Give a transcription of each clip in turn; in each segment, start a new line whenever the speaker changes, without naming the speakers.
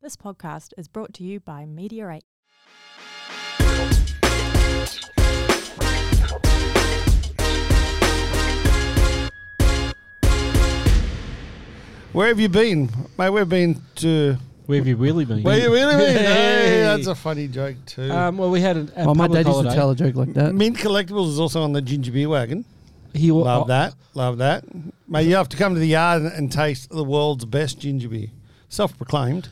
This podcast is brought to you by Meteorate.
Where have you been? Mate, we've been to.
Where have you really been?
Where you really been? Hey,
Hey.
that's a funny joke, too.
Um, well, we had an, a
Well, my
public
dad used
holiday.
to tell a joke like that.
Mint Collectibles is also on the ginger beer wagon.
He wa-
Love
oh,
that. Love that. Mate, you have to come to the yard and, and taste the world's best ginger beer. Self proclaimed.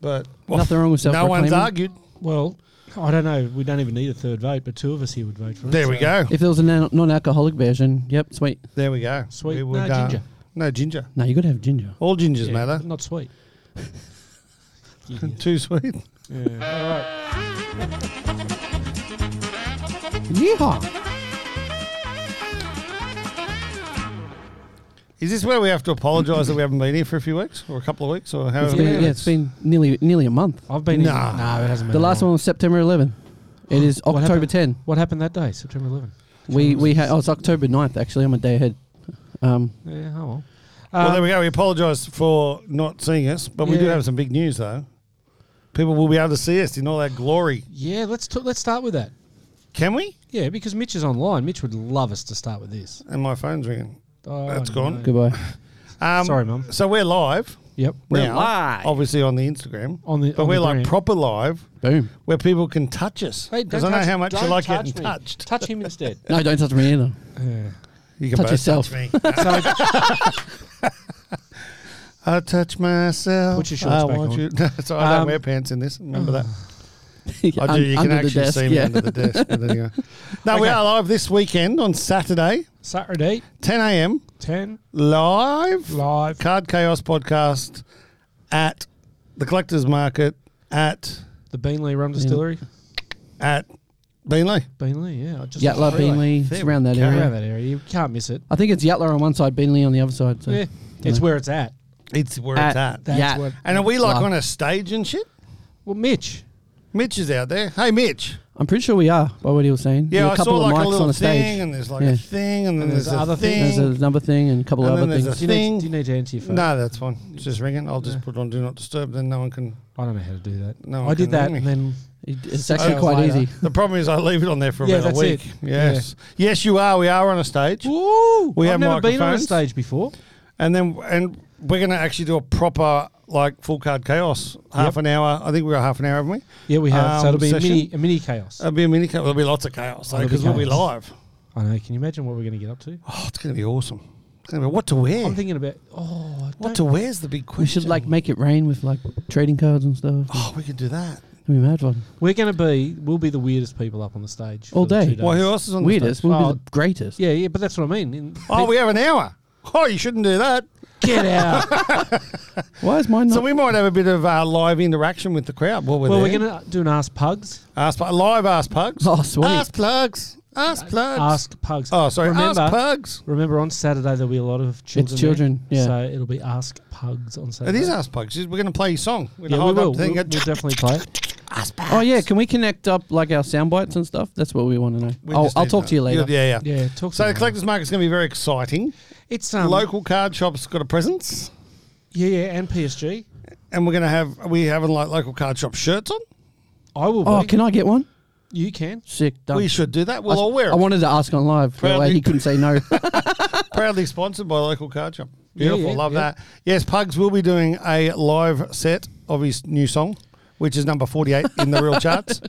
But well,
Nothing wrong with
no one's
self-proclaiming.
argued.
Well, I don't know. We don't even need a third vote, but two of us here would vote for it.
There we
so-
go.
If there was a non- non-alcoholic version, yep, sweet.
There we go.
Sweet.
We uh,
No ginger.
No ginger.
No, you got to have ginger.
All gingers
Yeah,
matter.
Not sweet. Idiot.
Too sweet.
yeah. All right.
Yeehaw!
Is this where we have to apologise that we haven't been here for a few weeks or a couple of weeks or
It's
however
been,
many
yeah,
weeks?
it's been nearly nearly a month.
I've been.
Nah.
In, no, it hasn't been. that
The last
long.
one was September 11. It is
What
October
happened?
10.
What happened that day, September 11th?
We we had oh, it's October 9th actually. I'm a day ahead. Um,
Yeah. Oh well.
Well, there
Um,
we go. We apologise for not seeing us, but we do
Yeah.
have some big news, though. People will be able to see us in all our glory.
yeah. Let's t- let's start with that.
Can we?
Yeah, because Mitch is online. Mitch would love us to start with this.
And my phone's ringing.
Oh,
That's gone.
no.
goodbye.
Um,
Sorry, Mum.
So we're live.
Yep.
We're
now,
live.
Obviously on the Instagram.
On the-
but
on
we're
the
like
gram.
proper live
Boom.
where people can touch us.
Hey,
Because I
don't
know
touch-
how much you
don't
like
touch
getting
me.
touched.
Touch him instead.
No, don't touch me either.
Yeah.
You can
Touch
both
yourself.
Touch me. I touch myself.
Put your shorts
I
back
want
on.
you. No, sorry, I don't
Um,
wear pants in this. Remember that. I do.
Un-
You can
under the
actually
desk,
see me
yeah.
under the desk. But anyway. No, we
Okay.
are live this weekend on Saturday,
Saturday,
10 a.m.
10
live.
live.
Card Chaos podcast at the Collectors Market at
The Beanley Rum Distillery.
at Beanley.
Beanley, yeah. I Just
Yatla, Beanley, it's
There
around that
we go.
area.
Around that area. You can't miss it.
I think it's Yatla on one side, Beanley on the other side. So.
yeah. It's where it's at.
It's where
At
it's at.
That's
Yat-
what.
and are we like
Live.
on a stage and shit?
Well, Mitch.
Mitch is out there. Hey, Mitch.
I'm pretty sure we are by what he was saying.
Yeah,
There's
I
a couple
saw
of
like
mics
a little
on the
thing,
stage.
and there's like
Yeah.
a thing, and then
And
there's,
there's
other
other
thing.
things.
There's another thing and a couple
And
of
then
other
there's
things.
Do you, need
Thing.
to, do you need to answer your phone?
no, that's fine. It's just ringing. I'll just put on do not disturb. Then no one can.
I don't know how to do that.
No,
I
I can
did that
ring
and then.
It- It's
Six
actually
hours
quite
later.
easy.
The problem is I leave it on there for
Yeah,
about
that's
a week.
it.
Yes, yes, you are. We are on a stage,
Woo!
We
I've
have
never been on a
microphones.
stage before.
and then and we're going to actually do a proper like full card chaos half
Yep.
an hour. I think we were half an hour, haven't we?
Yeah, we have. so
Um,
it'll be a
session? Uh,
mini, a mini chaos.
There'll be a mini. There'll be lots of chaos
There'll be
because we'll be
chaos.
live.
I know. Can you imagine what we're going to get up to?
Oh, it's going to be awesome. It's gonna be, what to wear?
I'm thinking about. Oh, I
what
don't-
to wear's the big question.
We should like make it rain with like trading cards and stuff.
Oh, we could do that.
It'd be mad fun.
we're going to be. We'll be the weirdest people up on the stage for
All
the
day.
two days.
Well, who else is on? the
Weirdest
stage?
will
Oh.
be the greatest.
Yeah, yeah, but that's what I mean. In-
Oh, we have an hour. Oh, you shouldn't do that.
get out.
Why is mine not?
So we might have a bit of uh, live interaction with the crowd. Well, we're
well,
there.
we're going to do an Ask Pugs.
ask pu- live ask pugs.
oh, sweet.
Ask plugs. Ask plugs.
Ask Pugs.
Oh, sorry.
Remember,
ask pugs.
remember on Saturday there'll be a lot of children. there.
children, yeah.
So it'll be Ask Pugs on
It
Saturday.
is ask pugs. We're going to play your song. We're
Yeah,
going to
we
hold
will.
up the thing.
We'll, we'll
and go,
definitely play it.
Ask pugs.
Oh yeah, can we connect up like our sound bites and stuff? That's what we want to know.
We
I'll,
just
I'll
need
talk to you later.
Yeah, yeah.
Yeah, talk.
So
to
the
them.
collector's market's going to be very exciting.
It's um,
Local card shop's got a presence.
Yeah, yeah, and PSG.
And we're gonna have are we having like local card shop shirts on.
I will.
Oh,
be.
can I get one?
you can.
Sick. Done.
We should do that.
I,
We'll all wear
I
it.
wanted to ask on live. That way
Proudly.
he couldn't say no.
Um, Proudly sponsored by local card shop.
Yeah,
Beautiful,
yeah,
love
yeah.
that. Yes, Pugs will be doing a live set of his new song, which is number forty-eight in the real charts.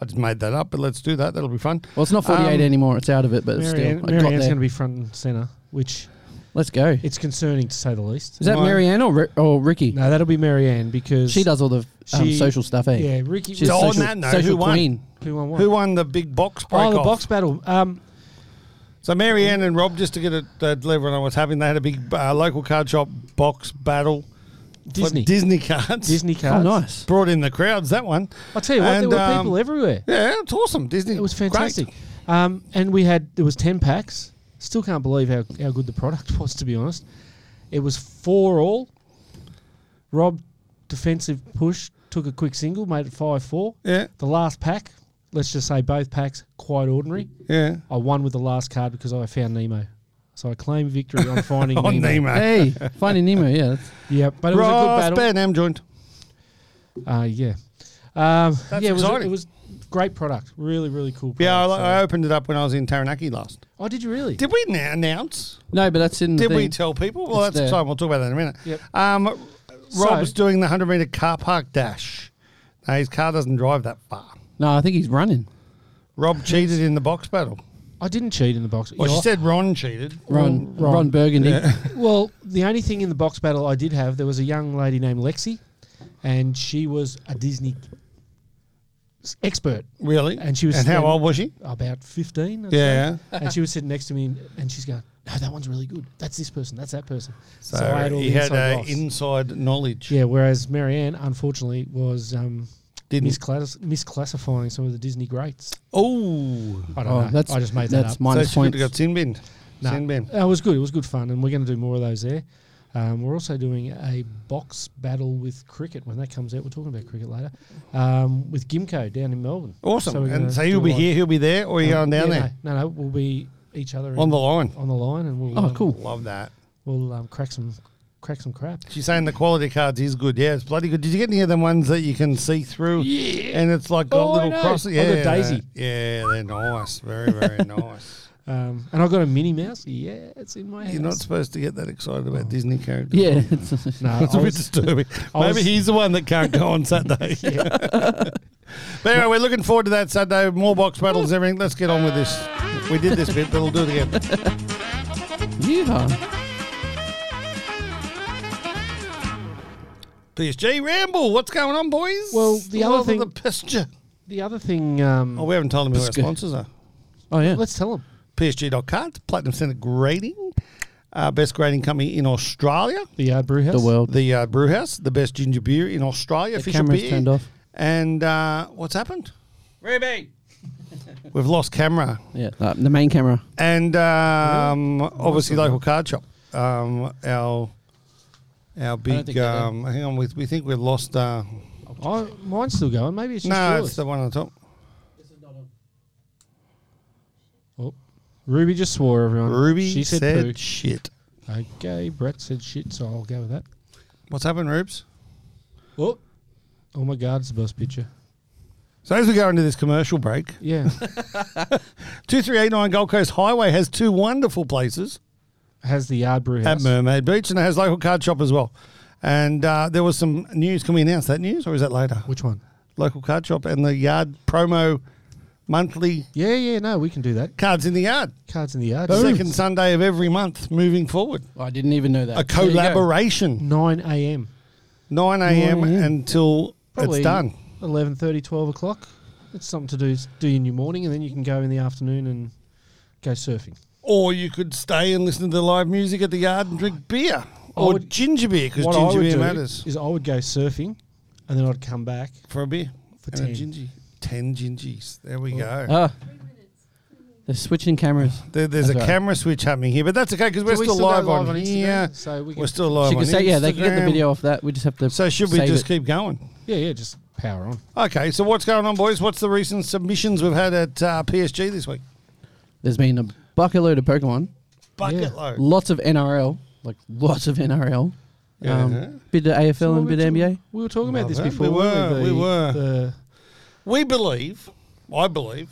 I just made that up, but let's do that. That'll be fun.
well, it's not 48
Um,
anymore. It's out of it, but it's still.
Marianne,
I got
Marianne's
there.
going to be front and center, which
Let's go.
it's concerning to say the least.
Is that
Mine-
Marianne or, Ri- or Ricky?
No, that'll be Marianne because
She does all the um,
She-
social stuff, eh?
Yeah, Ricky.
She's
So on
social,
that note,
social
who won?
queen.
who won? What?
Who won the big box break
Oh, the
off?
box battle. Um,
So Marianne and Rob, just to get it uh, delivered on what's happening, they had a big uh, local card shop box battle. for
Disney.
Disney cards.
Disney
Oh,
cards.
nice.
brought in the crowds. That one.
I tell you what,
And,
there were
um,
people everywhere.
Yeah, it's awesome. Disney.
It was
great.
fantastic. Um, and we had there was ten packs. Still can't believe how, how good the product was. To be honest, it was four all. Rob defensive push took a quick single, made it five four.
Yeah,
The last pack, let's just say both packs quite ordinary.
yeah.
I won with the last card because I found Nemo, so I claim victory on finding
On Nemo.
Nemo.
Hey, Finding Nemo, yeah. that's-
Yeah, but it was a good
Ross
battle.
Ben M joined.
Uh, yeah. Um,
That's
yeah, it was,
exciting.
it was great product. Really, really cool. Product.
Yeah, I,
So-
I opened it up when I was in Taranaki last.
oh, did you really?
Did we now announce?
No, but that's in. the
Did we
thing.
tell people? Well,
It's
that's
there.
exciting. We'll talk about that in a minute.
Yep.
Um, Rob's
So-
doing the 100 meter car park dash. Now, his car doesn't drive that far.
No, I think he's running.
Rob cheated in the box battle.
I didn't cheat in the box.
Well,
You
she
know,
said Ron cheated.
Ron,
Ron.
Ron, Burgundy.
well, the only thing in the box battle I did have, there was a young lady named Lexi, and she was a Disney s- expert.
Really?
And she was
And how
then-
old was she?
About 15. I'd
Yeah.
say. And she was sitting next to me, and, and she's going, No, that one's really good. That's this person. That's that person.
So,
I all
he
the
had
inside
uh,
goss.
inside knowledge.
Yeah, whereas Marianne, unfortunately, was um,
Didn't.
misclass- misclassifying some of the Disney greats.
Oh.
I don't
Oh,
know.
that's
I just made that
that's
up.
So
minus
she could
points.
have got sin bin.
No.
Sin bin.
That was good. It was good fun, and we're going to do more of those there. Um, we're also doing a box battle with cricket when that comes out. We're talking about cricket later um, with Gimco down in Melbourne.
Awesome.
So we're gonna
and so
do
you'll
a
be
live-
here, he'll be there, or you're going
Yeah,
down
no,
there
No, no, we'll be each other
on
in-
the line.
on the line, and we'll
Oh,
um,
cool.
Love that.
We'll um, crack some crack some crap.
She's saying the quality cards is good. Yeah, it's bloody good. Did you get any of them ones that you can see through? Yeah. And it's like got
Oh, I
little
know.
crosses.
I
Yeah.
got Daisy.
they're- Yeah, they're nice. Very, very nice.
Um, and I got a Minnie Mouse. Yeah, it's in my house.
You're not supposed to get that excited about Disney characters.
Yeah, it's-
No,
It's
I
a bit
was-
disturbing.
I
Maybe
was-
he's the one that can't go on Saturday.
yeah.
But anyway, we're looking forward to that Saturday. More box battles, everything. Let's get on with this. We did this bit, but we'll do it again.
Yeehaw.
PSG Ramble. What's going on, boys?
Well, the other
Love of
thing-
the PSG.
The other thing. Um,
Oh, we haven't told them who our
Pisca.
sponsors are.
Oh yeah.
Let's tell them.
PSG.cards, Platinum Centre Grading, uh, best grading company in Australia.
The Yard Brew House.
The world.
The uh, brew house, the best ginger beer in Australia.
The
official
camera's
beer.
turned off.
And uh, what's happened?
Ruby!
We've lost camera.
Yeah, uh, the main camera.
and um, obviously local card shop. Um, our our
think
big.
they do.
Um, hang on, we, we think we've lost. Uh,
Oh, mine's still going. Maybe it's just
no,
yours.
it's the one on top.
Oh, Ruby just swore, everyone.
Ruby
she said,
said
poo.
shit.
Okay, Brett said shit, so I'll go with that.
What's happened, Rubes?
Oh, oh my God, it's the best picture.
So as we go into this commercial break,
Yeah,
two three eight nine Gold Coast Highway has two wonderful places
has the yard brew
at
house.
Mermaid Beach, and it has local card shop as well. And uh, there was some news. Can we announce that news, or is that later?
Which one?
Local card shop and the yard promo monthly
Yeah, yeah, no, we can do that.
cards in the yard.
Cards in the yard.
Second Sunday of every month moving forward.
Oh, I didn't even know that.
a
There you go.
collaboration.
Nine a.m.
9 a.m.
9 a.m.
until
Probably
it's done.
11.30, 12 o'clock. It's something to do. Do in your morning, and then you can go in the afternoon and go surfing.
Or you could stay and listen to the live music at the yard and drink beer.
I
Or
would-
ginger beer, because
What
ginger
I would
beer
do
matters.
is I would go surfing, and then I'd come back
For a beer.
for
and a
ten.
gingy. 10 gingies. There we go.
Ah. They're switching cameras.
There- there's a
that's right.
camera switch happening here, but that's okay because we're
Do we
still,
go
live, on,
Instagram?
here.
so we can,
We're still live
she
on
can say, yeah, they can get the
Instagram.
video off that. We just have to.
So should we
save
just
it.
keep going?
yeah, yeah, just power on.
Okay, so what's going on, boys? What's the recent submissions we've had at uh, PSG this week?
There's been a bucket load of Pokemon,
Bucket
Yeah.
load.
lots of NRL, like lots of NRL.
Yeah.
Um, bit of AFL
So
and
we
bit
were
of NBA.
talking- We were talking about this
Love it.
before.
We
weren't
were, we were.
the-
We believe, I believe,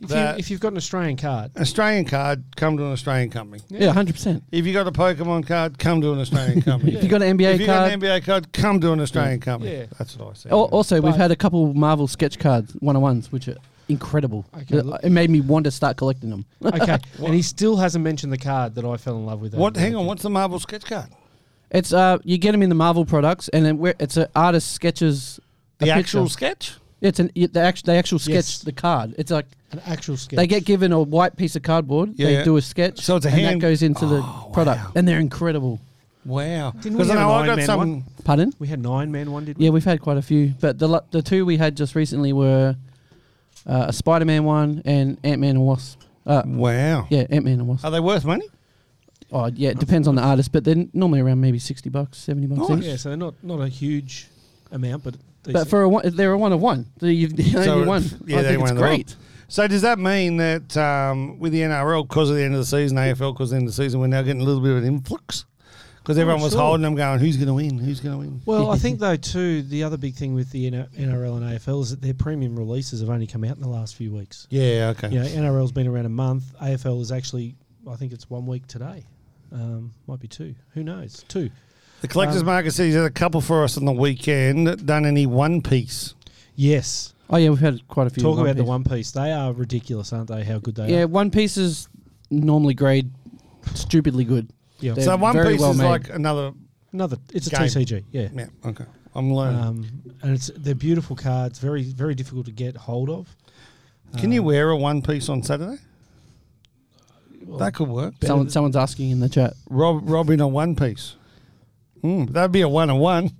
if, you,
That-
if you've got an Australian card,
Australian card, come to an Australian company.
Yeah, hundred percent.
If you got a Pokemon card, come to an Australian company.
If you got an
if
NBA
you got an
card.
NBA card, come to an Australian company.
Yeah.
That's what I said.
Al- Also, we've
But-
had a couple Marvel sketch cards one on ones, which are incredible.
Okay,
Uh,
look-
it made me want to start collecting them.
okay, and he still hasn't mentioned the card that I fell in love with. over
what?
the
Hang on.
weekend.
What's the Marvel sketch card?
It's uh, you get them in the Marvel products, and then we're, it's an artist sketches
The
a picture.
actual sketch.
It's an it- the actual they actual sketch
Yes.
the card. It's like
An actual sketch.
they get given a white piece of cardboard.
Yeah,
they
yeah.
do a sketch.
So it's a
and
hand-
that goes into
Oh,
the product,
wow.
and they're incredible.
Wow.
Didn't
Because
we
I know
have an
I
Iron
got
Man
some.
one?
Pardon?
We had nine man one, did we?
Yeah, we've had quite a few, but the lo- the two we had just recently were uh, a Spider Man one and Ant Man and Wasp. Uh,
Wow.
yeah, Ant Man and Wasp.
Are they worth money?
Oh, yeah, it depends on the artist, but they're normally around maybe sixty bucks, seventy bucks.
Nice.
each.
Yeah, so they're not not a huge amount, but
But
decent.
for a one, they're a one of one. So You've
So
only
it-
one.
yeah,
I
they
think it's
won the one.
great.
So does that mean that um, with the NRL, because of the end of the season, AFL, because of the end of the season, we're now getting a little bit of an influx because everyone
Oh,
was
sure.
holding them, going, "Who's going to win? Who's going to win?"
Well, I think though too the other big thing with the NRL and AFL is that their premium releases have only come out in the last few weeks.
Yeah, okay.
You know, NRL's been around a month. AFL is actually, I think it's one week today. Um, might be two. Who knows? Two.
The collectors
Um,
market says there's a couple for us on the weekend. Done any one piece?
Yes.
Oh yeah, we've had quite a few.
Talk about the
Piece.
One Piece. They are ridiculous, aren't they? How good they
Yeah,
are.
One Piece is normally grade stupidly good.
Yeah.
They're
so one
very
piece
well
is
made.
like another.
Another. It's a
Game.
TCG. Yeah.
Yeah, okay. I'm learning.
Um, and it's they're beautiful cards. Very very difficult to get hold of.
Can you wear a one piece on Saturday?
Well,
that could work.
Better
Someone,
than-
someone's asking in the chat.
Rob, Rob in a one piece. Mm, that'd be a one on one.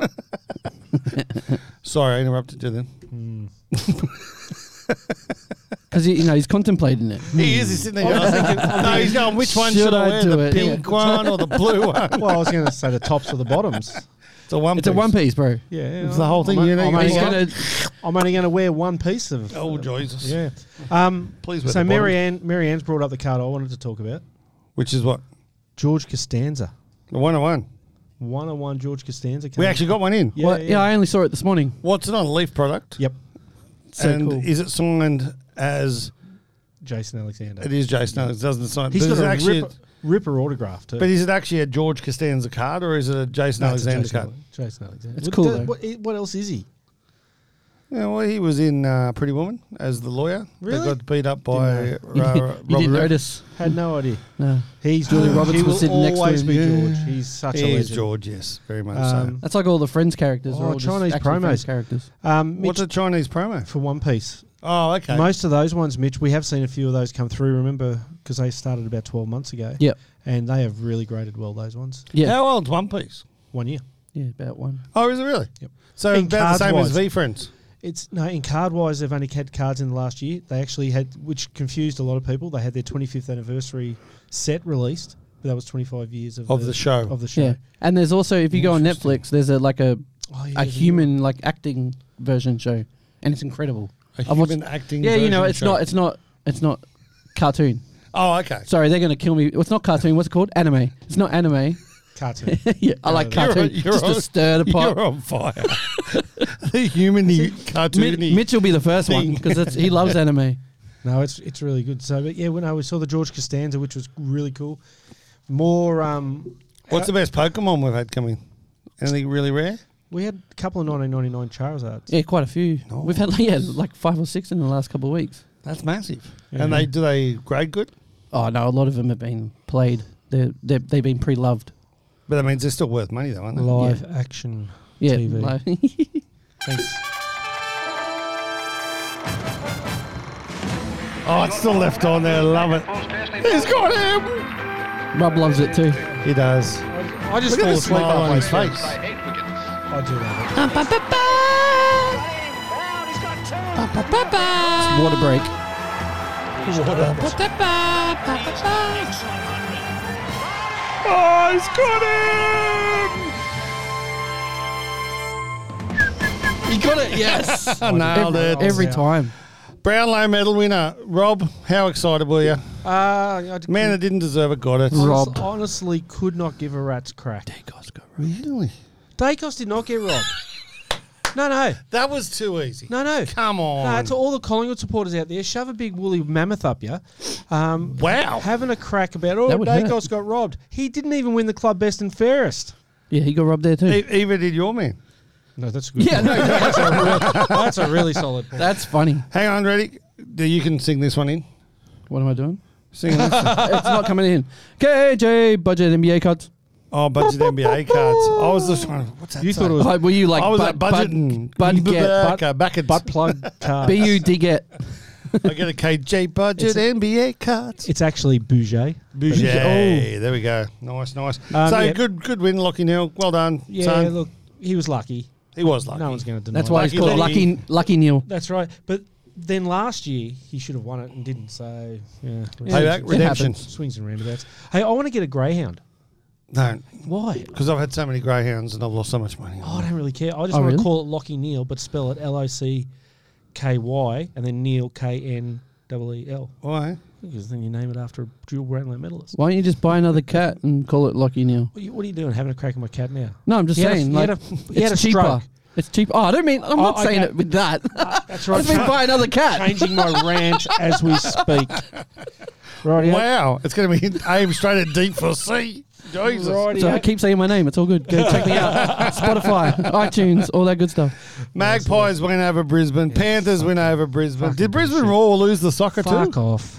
Sorry, I interrupted you then.
Mm.
Because you know he's contemplating it.
He is. He's sitting there. Going, no, he's going. Which one should,
Should
I
I
wear?
do
the
it?
pink
Yeah.
one or the blue one?
Well, I was going to say the tops or the bottoms.
It's a one.
It's a one piece, bro.
Yeah.
It's the whole thing,
I'm,
you know,
I'm
you
only
He's
Hang on.
gonna,
gonna,
I'm only going to wear one piece of.
Oh Jesus!
Yeah. Um,
Please. wear
so
the bottom.
Marianne, Marianne's brought up the card I wanted to talk about.
which is what
George Costanza.
the one on one.
One on one George Costanza.
We
came-
actually got one in.
Yeah,
well, yeah,
yeah.
I only saw it this morning.
What's it on? Leaf product.
Yep.
So
and
cool.
is it signed as
Jason Alexander.
it is Jason? No, it doesn't sign.
He's
but
got
is it
a
actually,
ripper, ripper autograph too.
but is it actually a George Costanza card or is it a Jason
No, it's a
Alexander
Jason,
card?
Ale- Jason Alexander.
It's
What
cool,
do-
though.
What, i- what else is he?
Yeah, well, he was in uh, Pretty Woman as the lawyer.
Really?
That got beat up by
you
Ra-
didn't, you didn't
Robert Redford.
notice.
Had no idea.
No.
He's
Julie Roberts
he
was
will
sitting next to
always
him.
be
Yeah.
George. He's such a
He is
legend.
George, yes, very much
Um,
so.
That's like all the Friends characters.
Oh,
are all
Chinese
Chinese promos
promos.
characters.
Um, Mitch,
What's a Chinese promo?
for One Piece.
Oh, okay.
Most of those ones, Mitch, we have seen a few of those come through. Remember, because they started about twelve months ago.
Yep.
And they have really graded well. Those ones.
Yeah,
How old's One Piece?
One year.
yeah, about one.
Oh, is it really?
Yep.
So
In
about the same
cards-wise.
as V Friends.
It's no in card wise. They've only had cards in the last year. They actually had, which confused a lot of people. They had their 25th anniversary set released, but that was 25 years of,
Of the show.
Of the show.
Yeah, and there's also if you go on
Interesting.
Netflix, there's a like a
Oh, yeah,
a
there's
human like acting version show, and it's incredible.
A
I've watched-
human acting.
Yeah, you know,
version
it's
show.
not, it's not, it's not cartoon.
Oh, okay.
Sorry, they're gonna kill me. It's not cartoon. What's it called? Anime. It's not anime.
cartoon.
yeah, I like
You're
on-
cartoon.
you're
Just
on-
to stir the pot.
You're on fire. the humany,
Mi-
cartoony.
Mitch will be the first one because he loves anime.
no, it's it's really good. So, but yeah, when I we saw the George Costanza, which was really cool. More, um,
uh,
What's the best Pokemon we've had coming? Anything really rare?
we had a couple of 1999 Charizards.
Yeah, quite a few.
No.
We've had like, yeah, like five or six in the last couple of weeks.
That's massive.
Yeah.
And they do they grade good?
Oh no, a lot of them have been played. They're, they're, they've been pre-loved.
But that means they're still worth money, though, aren't they?
Live action.
Yeah,
TV.
like-
Thanks.
Oh, it's still left on there. Love it. He's got him.
Rob loves it too.
He does.
I just
Look at the
fall asleep
smile on
halfway
his
through.
face.
I do love it.
It's water break.
Oh, he's got
You got it. Yes.
him. Nailed it.
every, every
Yeah.
time.
Brownlow medal winner. Rob, how excited were you?
Uh, I d-
Man that didn't deserve it got it.
Rob.
honest- honestly could not give a rat's crack.
Really?
Dacos did not get robbed. No, no,
That was too easy.
no, no.
Come
No,
on.
to all the Collingwood supporters out there, shove a big woolly mammoth up you. Um,
wow.
having a crack about, oh,
That would
Dacos
hurt.
got robbed. He didn't even win the club best and fairest.
Yeah, he got robbed there too.
E- Even did your man.
No, that's a good
yeah, no,
that's, a really, that's a really solid point.
that's funny.
Hang on, ready? Do- You can sing this one in.
What am I doing?
Sing this.
it's not coming in. KJ budget NBA cuts.
oh, budget NBA cards. I was just trying to. What's that?
You
song?
thought it was
Oh, were you like
I was
bud,
at budgeting.
bud, bud get
back,
bud,
back at,
butt plug card.
B U D get?
I get a KJ budget
It's a-
NBA cards.
It's actually Oh, Bouget.
Bouget. There we go. Nice, nice.
Um,
so
yeah.
good, good win, Lockie Neal. Well done,
Yeah,
son.
look, he was lucky.
he was lucky.
No one's going to deny
That's why
that.
he's called
Lucky
Lucky Lucky Neil.
That's right. But then last year, he should have won it and didn't. So, yeah.
Payback,
it
redemption.
happens.
Swings and roundabouts. Hey, I want to get a greyhound.
No,
Why?
because I've had so many greyhounds and I've lost so much money.
Oh, I don't really care. I just
Oh,
want
really?
to call it Lockie Neal, but spell it L O C K Y and then Neil K N double E L.
Why?
Because then you name it after a dual Brownlow medalist.
Why don't you just buy another cat and call it Lockie Neal?
What are you, what are you doing having a crack at my cat now?
No, I'm just
He had a-
saying.
he
like,
had a- he had
it's
a stroke.
cheaper. It's cheap. Oh, I don't mean. I'm
Oh,
not saying
okay.
it with that.
That's
I just mean buy another cat.
Changing my ranch as we speak. Right,
Wow, it's going to be aimed straight at deep for C. Jesus.
So I keep saying my name. It's all good. Go check me out. Spotify, iTunes, all that good stuff.
Magpies win over Brisbane. Panthers win over Brisbane.
fucking
Did Brisbane
bullshit.
Roar lose the soccer
Fuck
too?
off.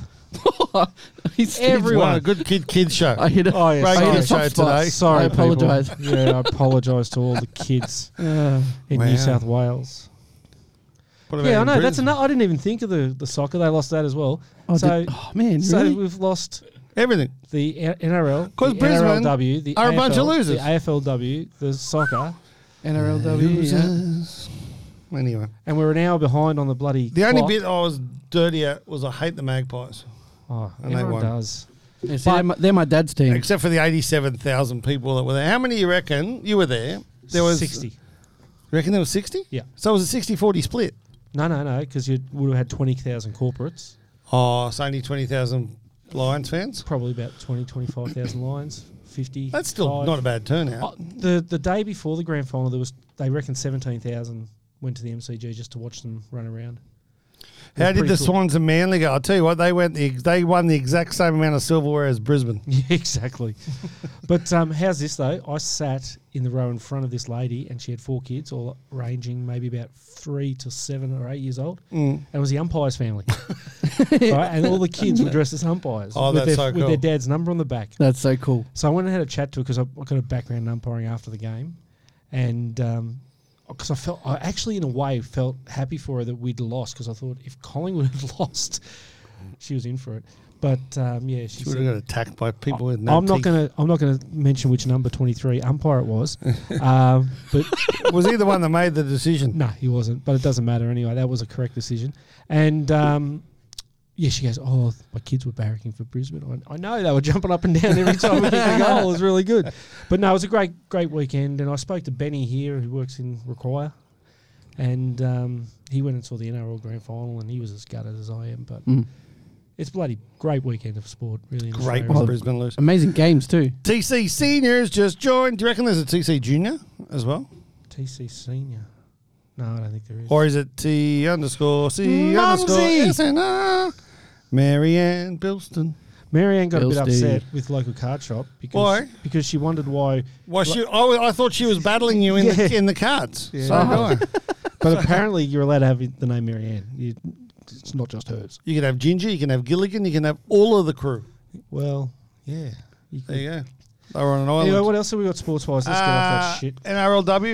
He's-
Everyone, a good kid kid show.
I hit a,
Oh, yeah,
I hit
Great
a
kid show
soft spot.
today.
Sorry,
I
people.
apologise.
Yeah, I apologise to all the kids
Uh,
in
Wow.
New South Wales.
What about
Yeah, I
in
know. That's
Brisbane?
another. I didn't even think of the, the soccer. They lost that as well.
oh,
so,
did- oh, man,
so
really?
we've lost
Everything.
the N- NRL,
'Cause
the
Brisbane
NRLW, the
are a bunch of
AFL,
losers.
the AFLW, the soccer,
NRLW. Yeah.
Anyway,
and we're an hour behind on the bloody.
the only
clock.
bit I was dirty at was I hate the Magpies,
Oh,
and they
everyone
won.
does.
Yeah, see, they're, my, they're my dad's team.
except for the eighty-seven thousand people that were there. How many you reckon you were there? There was
sixty.
You reckon there was sixty?
Yeah.
So it was a 60-40 split.
No, no, no, because you would have had twenty thousand corporates.
Oh, it's only twenty thousand Lions fans.
It's probably about 20, 25,000 lines. Fifty.
That's still not a bad
Uh,
turnout.
the the day before the grand final, there was they reckon seventeen thousand went to the MCG just to watch them run around. It
How
was
did
pretty
the
cool.
Swans and Manly go? I'll tell you what, they went the ex- they won the exact same amount of silverware as Brisbane.
Yeah, exactly. but um, how's this though? I sat in the row in front of this lady, and she had four kids, all ranging maybe about three to seven or eight years old,
Mm.
and it was the umpire's family, right? And all the kids were dressed as umpires
Oh, that's
with, their,
so
with their
cool.
dad's number on the back.
That's so cool.
So I went and had a chat to her because I, I got a background in umpiring after the game, and because I felt I actually in a way felt happy for her that we'd lost because I thought if Collingwood had lost, she was in for it. But um, yeah, she,
She would
said,
have got attacked by people with no
I'm not
teeth.
gonna I'm not gonna mention which number 23 umpire it was, um, but
Was he the one that made the decision?
no, he wasn't. But it doesn't matter anyway. That was a correct decision, and. Um, yeah, she goes, Oh, my kids were barracking for Brisbane. I went, I know they were jumping up and down every time we kicked a goal. It was really good. But no, it was a great, great weekend. And I spoke to Benny here, who works in Require. And um, he went and saw the NRL grand final, and he was as gutted as I am. But
Mm.
it's bloody great weekend of sport, really. in
Great
Australia.
when Brisbane lose.
Amazing games too.
TC seniors just joined. Do you reckon there's a TC junior as well,
TC Senior. No, I don't think there is.
or is it T underscore C underscore
Mumsy.
SNR? Marianne Bilston.
Marianne got a
Bills
bit
do.
upset with local card shop because
Why?
because she wondered why.
Well, she, I, I thought she was battling you in the
Yeah.
in the cards.
Yeah.
So do I.
But apparently, you're allowed to have the name Marianne. You, it's not just hers.
You can have Ginger. You can have Gilligan. You can have all of the crew.
Well, yeah. You
There
could-
you go. They were on an island.
Anyway, what else have we got sports wise? Let's get off that
Uh,
shit.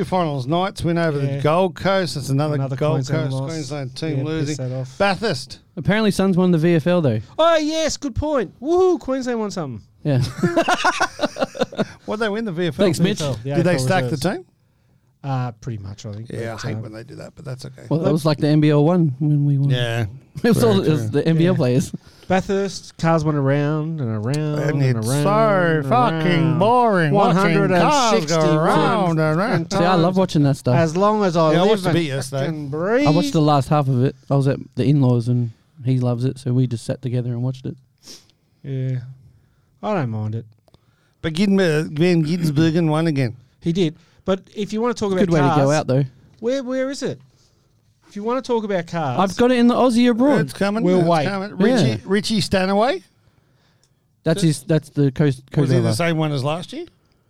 NRLW finals. Knights win over
Yeah.
the Gold Coast. That's another,
Another
Gold
Queensland
Coast
loss.
Queensland team
Yeah, piss
losing.
that off.
Bathurst.
Apparently, Suns won the VFL though.
Oh yes, good point. Woohoo! Queensland won something.
Yeah.
What they win the VFL?
Thanks, Mitch.
VFL, the
Did they
AFL
stack the
reserves.
team?
Uh, pretty much, I think.
Yeah, I
But,
hate
um,
when they do that, but that's okay.
Well, that was like the NBL one when we won.
yeah,
It was
Very
all it was
true.
the NBL
Yeah.
players.
Bathurst cars went around and around and,
and it's
around.
so
and
fucking
around.
boring. Watching cars
160
go round and
and
round.
See, I love watching that stuff.
As long as I
Yeah, I
live
watched the
and
beat yesterday.
fucking breathe.
I watched the last half of it. I was at the in-laws and he loves it, so we just sat together and watched it.
Yeah, I don't mind it.
But Gidden- Van Gidsbergen won again.
He did. But if you want to talk about
Good way
cars,
to go out though.
Where where is it? If you want to talk about cars,
I've got it in the Aussie abroad.
It's coming.
We'll
it's
wait.
coming.
Yeah.
Richie Richie Stanaway
That's his. That's the coast.
was
coast
he
over.
the same one as last year,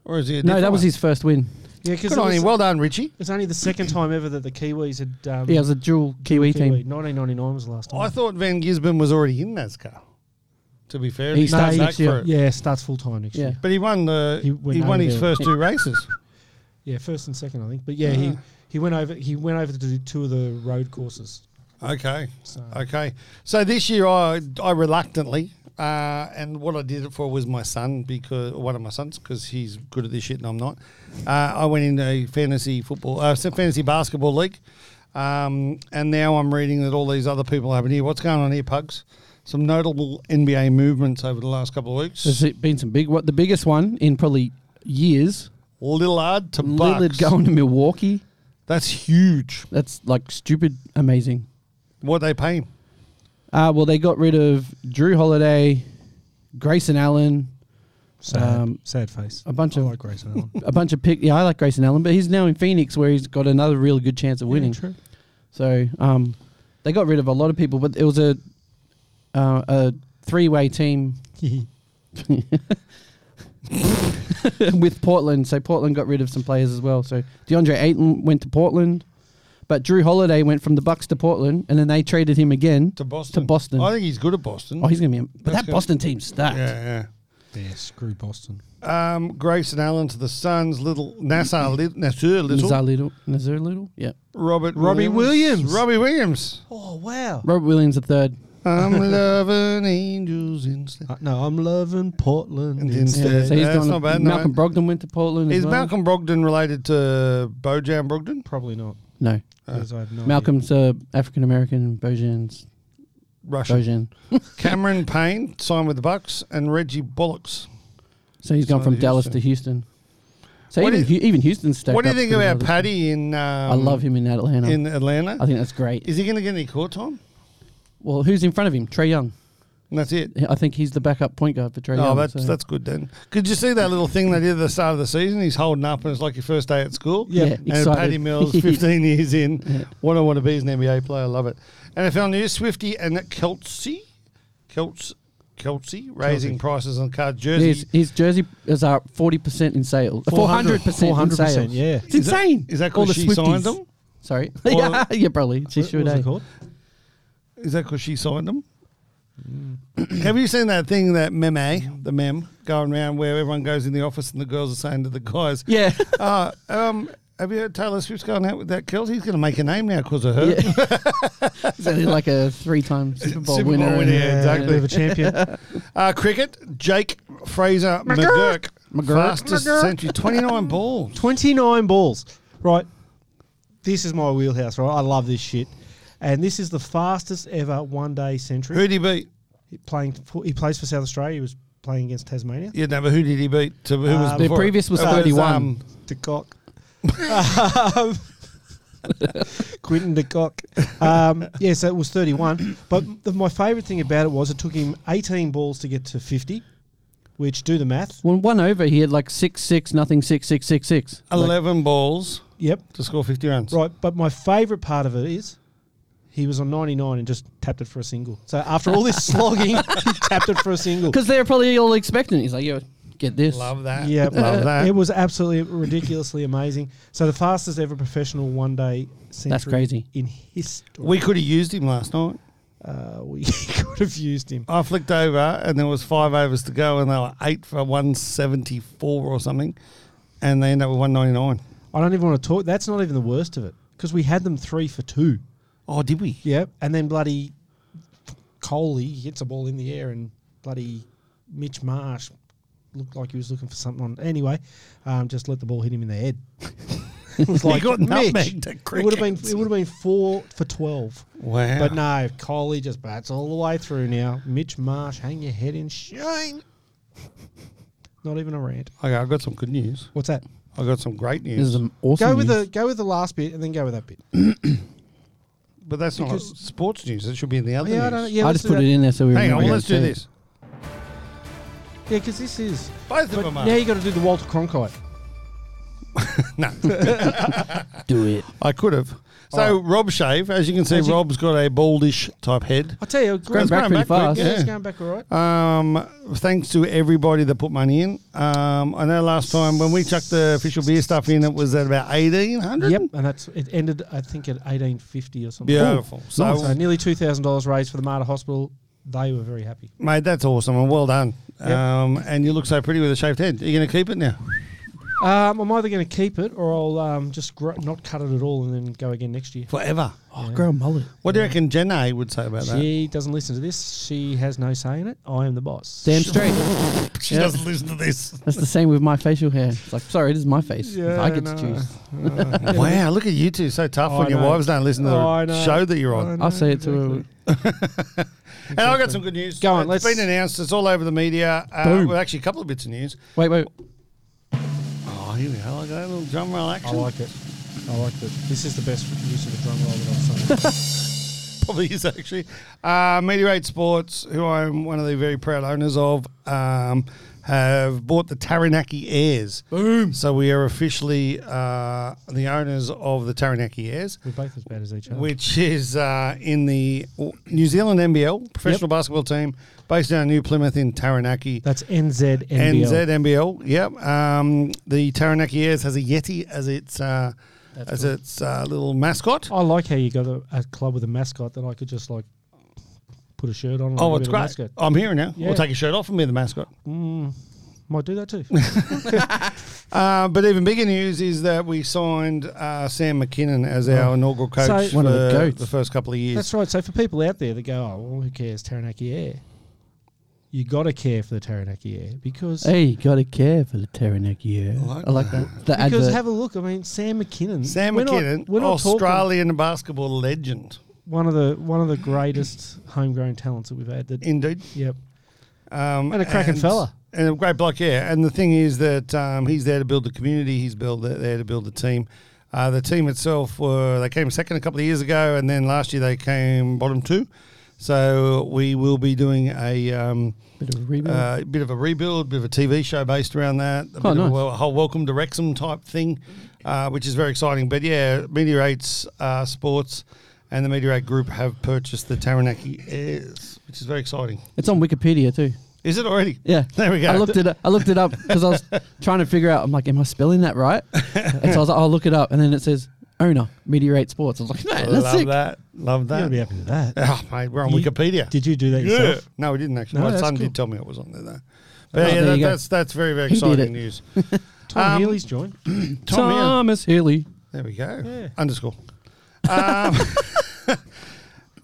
or is he? A
no,
different
that was
one?
his first win.
yeah, because
Good on him. Well done, Richie.
it's only the second time ever that the Kiwis had. Um,
Yeah, it was a dual Kiwi, team.
1999 was the last time.
Oh, I thought Van Gisborne was already in NASCAR. To be fair,
He
he
starts
started back
next year.
for it.
yeah, starts full time next
Yeah.
year.
But he won the
He
he,
went
won
over
his
there.
first two races.
Yeah, first and second, I think. But yeah,
Ah.
he, he went over. He went over to do two of the road courses.
Okay,
So
okay. So this year, I I reluctantly uh, and what I did it for was my son because one of my sons because he's good at this shit and I'm not. Uh, I went into a fantasy football, uh, so fantasy basketball league, um, and now I'm reading that all these other people have it here. What's going on here, pugs? Some notable NBA movements over the last couple of weeks.
There's been some big. What the biggest one in probably years?
Lillard to
Lillard
Bucks.
going to Milwaukee.
That's huge.
That's like stupid amazing.
What they pay him?
Uh, well, they got rid of Drew Holiday, Grayson Allen,
Sad,
Um,
sad face.
a bunch
I
of
like Grayson Allen.
a bunch of pick. Yeah, I like Grayson Allen, but he's now in Phoenix where he's got another real good chance of winning.
true.
So um, they got rid of a lot of people, but it was a uh, a three way team with Portland. So Portland got rid of some players as well. So DeAndre Ayton went to Portland, but Drew Holiday went from the Bucks to Portland, and then they traded him again
to Boston.
to Boston.
I think he's good at Boston.
oh, he's gonna be. A, but
That's
that
gonna-
Boston team's stacked.
yeah,
yeah, screw Boston.
yeah. Um, Grayson Allen to the Suns. Little Nassau, Little, Nassau Little,
Nazar Little, Nazar Little, yeah.
Robert,
Robbie Williams.
Robbie Williams.
Oh wow.
Robert Williams the third.
I'm loving angels instead.
Uh, no, I'm loving Portland.
And
It's-
instead-
Yeah, so he's
that's
gone.
not bad, no.
Malcolm Brogdon went to Portland. as
Is
well.
Malcolm Brogdon related to Bojan Brogdon?
Probably not.
Oh,
No,
Because I have no
Malcolm's uh, African American. Bojan's
Russian.
Bojan.
Cameron Payne signed with the Bucks and Reggie Bollocks.
So he's gone
Signed
from
to
Dallas
Houston.
to Houston. So
What
even
do
Hu even Houston's stacked.
what do you
up
think
with
about
another-
Paddy in? Um, I
I love him in Atlanta.
in Atlanta.
I think that's great.
Is he going to get any court time?
Well, who's in front of him? Trey Young.
And that's it.
I think he's the backup point guard for Trey
Oh,
Young.
that's
so-
that's good then. Could you see that little thing they did at the start of the season? He's holding up, and it's like your first day at school.
yeah,
And
excited.
Paddy Mills, 15 years in.
Yeah.
What I want to be is an NBA player. I love it. NFL news: Swifty and Kelsey, Kelsey, Kelsey raising
Kelce.
prices on card jerseys.
His, his jersey is up forty percent in sales. Four hundred percent in
400%,
sales.
yeah.
it's insane.
Is that
All the
because she signed
Swifties.
them?
Sorry.
Or-
yeah, yeah, probably. She
What-
should.
what was
eh?
it called?
Is that because she signed them? Have you seen that thing that meme, eh, the meme going around where everyone goes in the office and the girls are saying to the guys,
Yeah.
uh, um, have you heard Taylor Swift's going out with that girl? He's going to make a name now because of her.
yeah. Is that like a three-time Super Bowl
Super Bowl
winner?
winner, yeah,
and-
exactly.
Bit of a champion.
Uh, cricket, Jake Fraser McGurk,
McGurk.
fastest century, 29 ball.
29 balls. Right. This is my wheelhouse, right? I love this shit. And this is the fastest ever one day century.
Who did he beat?
He, playing for, he plays for South Australia. He was playing against Tasmania.
Yeah, no, but who did he beat? To, who was
Um,
Uh, The
before it?
previous was
It
31.
um,
De Kock. um, Quinton de Kock. Um, yeah, so it was 31. But the, my favourite thing about it was it took him 18 balls to get to 50, which do the math.
When one over, he had like six, six, nothing, six, six, six, six.
11 balls
Yep.
to score 50 runs.
Right, but my favourite part of it is he was on 99 and just tapped it for a single. So after all this slogging, he tapped it for a single.
Because they were probably all expecting. it. He's like, yo, get this.
Love that.
Yeah, uh,
love that.
It was absolutely ridiculously amazing. So the fastest ever professional one day century
That's crazy.
in history.
We could have used him last night.
uh, we could have used him.
I flicked over and there was five overs to go and they were eight for one seventy four or something, and they end up with one ninety nine.
I don't even want to talk. That's not even the worst of it because we had them three for two.
Oh, did we?
Yep, and then bloody Coley hits a ball in the air, and bloody Mitch Marsh looked like he was looking for something. On anyway, um, just let the ball hit him in the head. it was
He got nutmegged at
It would have been
cricket.
it would have been four for twelve.
Wow.
But no, Coley just bats all the way through now. Mitch Marsh, hang your head in shame. Not even a rant.
Okay, I got some good news.
What's that?
I got some great
This is
news.
an awesome.
Go with
news.
the go with the last bit and then go with that bit.
But that's not
Because-
sports news. It should be in the other
Yeah, I
news.
don't, yeah,
I
let's
just
do
put
that.
it in there so we
Hang
remember
on, well,
what
let's
it
do
said.
this.
Yeah, because this is.
Both of
But
them are.
now you got to do the Walter Cronkite.
Do it.
I could have. So Rob Shave, as you can see,
Oh. As you-
Rob's got a baldish type head.
I tell you,
Going
Grant
back
going
pretty
back,
fast.
Yeah, it's
Yeah.
going back all right.
Um, thanks to everybody that put money in. Um, I know last time when we chucked the official beer stuff in, it was at about eighteen hundred.
Yep, and that's it ended. I think at eighteen fifty or something.
Beautiful. So,
So nearly two thousand dollars raised for the Mater Hospital. They were very happy.
mate, that's awesome and well done.
Yep.
Um, and you look so pretty with a shaved head. Are you going to keep it now?
Um, I'm either going to keep it or I'll um, just gr- not cut it at all and then go again next year.
Forever.
Oh, grow a mullet.
What do you reckon Jen A would say about that?
She doesn't listen to this. She has no say in it. I am the boss.
Damn straight.
She
Yeah.
doesn't listen to this.
That's the same with my facial hair. It's like, sorry, it is my face. I get to choose.
Wow, look at you two, so tough
I
when your
know.
wives don't listen to
I
the
know.
show that you're on.
I'll say it to
And I've got some good news.
Go on,
It's
let's-
been announced. It's all over the media. Uh,
Boom.
well, actually, a couple of bits of news.
a. Wait, wait.
Oh, here we go. Look at that little drum roll
I
action.
like it. I like it. This is the best use of a drum roll that I've seen.
probably is actually. Uh, Meteorate Sports, who I'm one of the very proud owners of, um, have bought the Taranaki Airs. Boom! So we are officially uh, the owners of the Taranaki Airs,
We're both as bad as each other.
which is uh, in the New Zealand NBL professional basketball team based down in New Plymouth in Taranaki.
That's NZ
NZ NBL. Yep. Um, the Taranaki Airs has a Yeti as its uh, as its uh, little mascot.
I like how you got a, a club with a mascot that I could just like put a shirt on. and
Oh, it's
I'd be the
great.
Mascot.
I'm here now.
Yeah.
We'll take your shirt off and be the mascot.
Mm, might do that too.
Uh, but even bigger news is that we signed uh, Sam McKinnon as our inaugural coach
Oh. So-
One of the
for
goats.
the first couple of years.
That's right. So for people out there that go, oh, well, who cares, Taranaki Air? You got to care for the Taranaki Air because
Hey, you gotta care for the Taranaki. Yeah,
I like
I like that. The
because
advert.
have a look. I mean, Sam McKinnon.
Sam
we're not-
McKinnon,
we're not talking
Australian basketball legend.
one of the one of the greatest homegrown talents that we've had. That
Indeed.
yep,
Um,
And a cracking fella.
And a great bloke, yeah. And the thing is that um, he's there to build the community. He's build there to build the team. Uh, the team itself were they came second a couple of years ago, and then last year they came bottom two. So we will be doing a um,
Bit of a rebuild.
uh, bit of a rebuild, bit of a TV show based around that, a,
Oh,
bit of
nice.
a, wel- a whole welcome to Wrexham type thing, uh, which is very exciting. But yeah, Meteorates uh, Sports and the Meteorate Group have purchased the Taranaki Airs, which is very exciting.
it's on Wikipedia too.
Is it already?
Yeah.
There we go.
I looked it. Up, I looked it up because I was trying to figure out. I'm like, am I spelling that right? and so I was like, I'll look it up, and then it says owner Meteorate Sports. I was like, no, that's
Love
sick.
that. Love
you got
that.
to be happy with that.
Oh, mate, we're on
You-
Wikipedia.
Did you do that yourself?
No, we didn't actually.
No,
My
that's
son
cool.
did tell me it was on there though.
Oh,
But yeah,
there
that,
you go.
that's that's very very
He did
exciting
it.
news.
Tom
Um,
Healy's joined.
Tom, Hill.
Thomas Healy.
there we go.
Yeah.
Underscore. Um,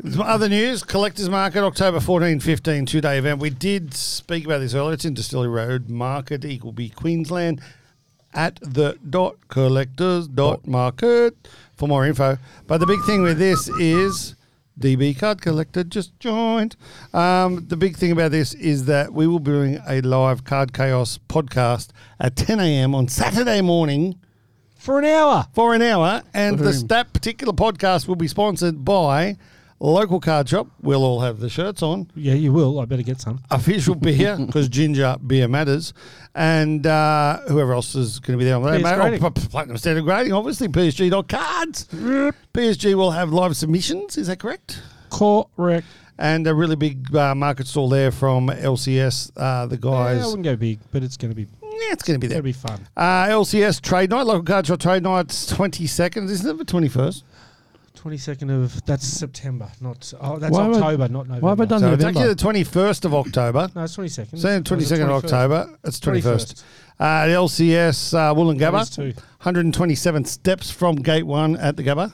some other news: collectors market October 14, 15, two day event. We did speak about this earlier. It's in Distillery Road Market, equal B Queensland, at the dot collectors dot market for more info. But the big thing with this is. DB Card Collector just joined. Um, the big thing about this is that we will be doing a live Card Chaos podcast at 10 a.m. on Saturday morning
for an hour.
for an hour, and
Boom.
this, that particular podcast will be sponsored by local card shop. We'll all have the shirts on.
Yeah, you will. I better get some.
Official beer because ginger beer matters, and uh, whoever else is going to be there on that
PS
day, mate.
Grading.
Oh, P- P- Platinum Standard Grading, obviously. PSG cards. PSG will have live submissions. Is that correct?
Correct.
And a really big uh, market stall there from LCS. Uh, the
Yeah, I
guys.
wouldn't go big, but it's going to be
Yeah, it's going to be there.
going to be fun.
Uh, LCS trade night, local card shop trade night's twenty second. Isn't it the twenty first?
Twenty second of that's September, not oh that's
Why have I-
October, not November.
why have I done-
So it's
November.
actually the twenty first of October.
No, it's twenty second.
Saying 22nd of October. It's 21st. Uh, the LCS uh,
Gabba
Wollongabba,
two.
127 steps from Gate 1 at the Gabba,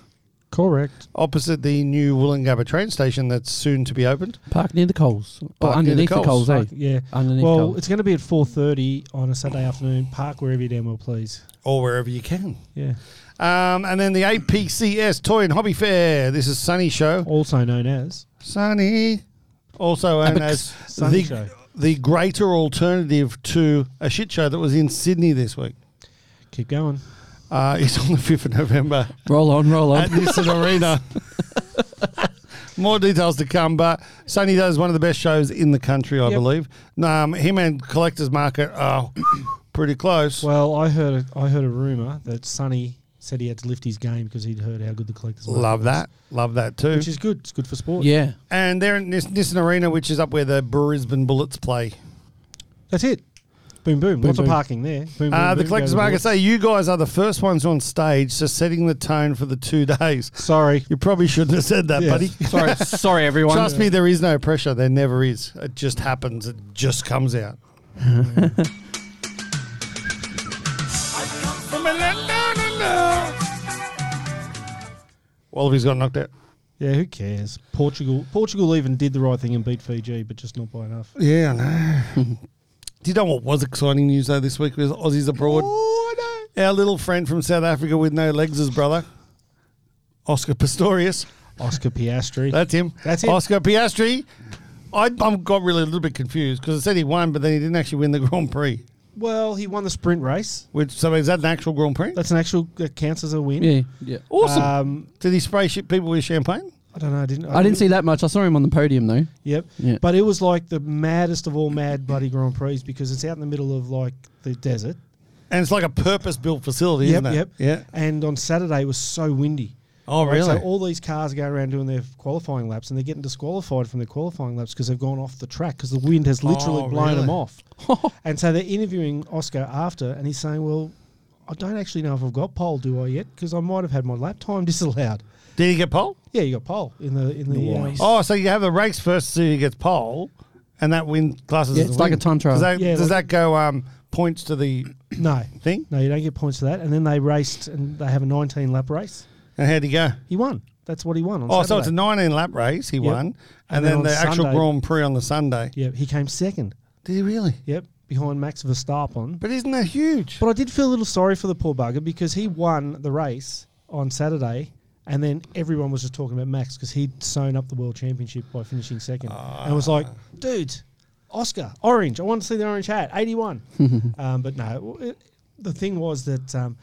Correct.
opposite the new Wollongabba train station that's soon to be opened.
Park near the coals. Or
Park near
underneath
the
the
coals.
coals, eh?
Yeah.
Underneath
well,
coals.
it's going to be at four thirty on a Saturday afternoon. Park wherever you damn well please.
Or wherever you can.
Yeah.
Um, and then the APCS Toy and Hobby Fair. This is Sunny Show.
Also known as
Sunny. Also known as the,
Sunny Show.
the greater alternative to a shit show that was in Sydney this week.
Keep going.
Uh, it's on the 5th of November
Roll on, roll
at
on.
Nissan Arena. More details to come, but Sonny does one of the best shows in the country, I
Yep.
believe. Um, him and Collectors Market are pretty close.
Well, I heard a, I heard a rumor that Sonny said he had to lift his game because he'd heard how good the collectors were.
Love that. Love that too.
which is good. It's good for sport.
yeah.
and they're in Nis- Nissan Arena, which is up where the Brisbane Bullets play.
That's it. Boom, boom. Lots
boom.
of parking there. Boom,
Uh,
boom,
the
boom.
Collectors
Go to the
Market say you guys are the first ones on stage, so setting the tone for the two days.
Sorry.
You probably shouldn't have said that,
Yeah.
buddy.
Sorry, sorry, everyone.
Trust me, there is no pressure. There never is. It just happens. It just comes out. Wallaby's got knocked out.
Yeah, who cares? Portugal Portugal even did the right thing and beat Fiji, but just not by enough.
Yeah, I know. Do you know what was exciting news though this week was Aussies abroad? Our little friend from South Africa with no legs, his brother, Oscar Pistorius.
Oscar Piastri.
That's him.
That's him.
Oscar Piastri. I, I got really a little bit confused because it said he won, but then he didn't actually win the Grand Prix.
well, he won the sprint race.
Which so is that an actual Grand Prix? Uh,
That's an actual that uh, counts as a win.
Yeah, yeah.
awesome.
Um,
Did he spray shit people with champagne?
I don't know. I didn't.
I didn't see that much. I saw him on the podium though.
Yep.
Yeah.
But it was like the maddest of all mad bloody Grand Prix because it's out in the middle of like the desert.
And it's like a purpose built facility,
Yep,
isn't it?
yep.
Yeah.
And on Saturday it was so windy.
Oh,
Like,
really?
So all these cars go around doing their qualifying laps and they're getting disqualified from their qualifying laps because they've gone off the track because the wind has literally
Oh,
blown them
really?
off. and so they're interviewing Oscar after and he's saying, well, I don't actually know if I've got pole, do I yet? Because I might have had my lap time disallowed.
Did he get pole?
Yeah, you got pole in the in the um,
Nice.
Oh, so you have the race first, so he gets pole, and that win classes.
Yeah,
as
it's like
win.
a time trial.
Does that,
Yeah,
does that
like-
go um, points to the
no,
thing?
no, you don't get points for that. And then they raced and they have a 19 lap race.
And how'd he go?
He won. That's what he won. On
Oh, so
Saturday.
it's a 19 lap race. He
Yep.
won, and,
And then
then,
on
the actual
Sunday-
Grand Prix on the Sunday.
Yeah, he came second.
Did he really?
Yep, behind Max Verstappen.
But isn't that huge?
But I did feel a little sorry for the poor bugger because he won the race on Saturday, and then everyone was just talking about Max because he'd sewn up the world championship by finishing second. and it was like, dude, Oscar, orange. I want to see the orange hat, 81. um, but no, w- it, the thing was that um,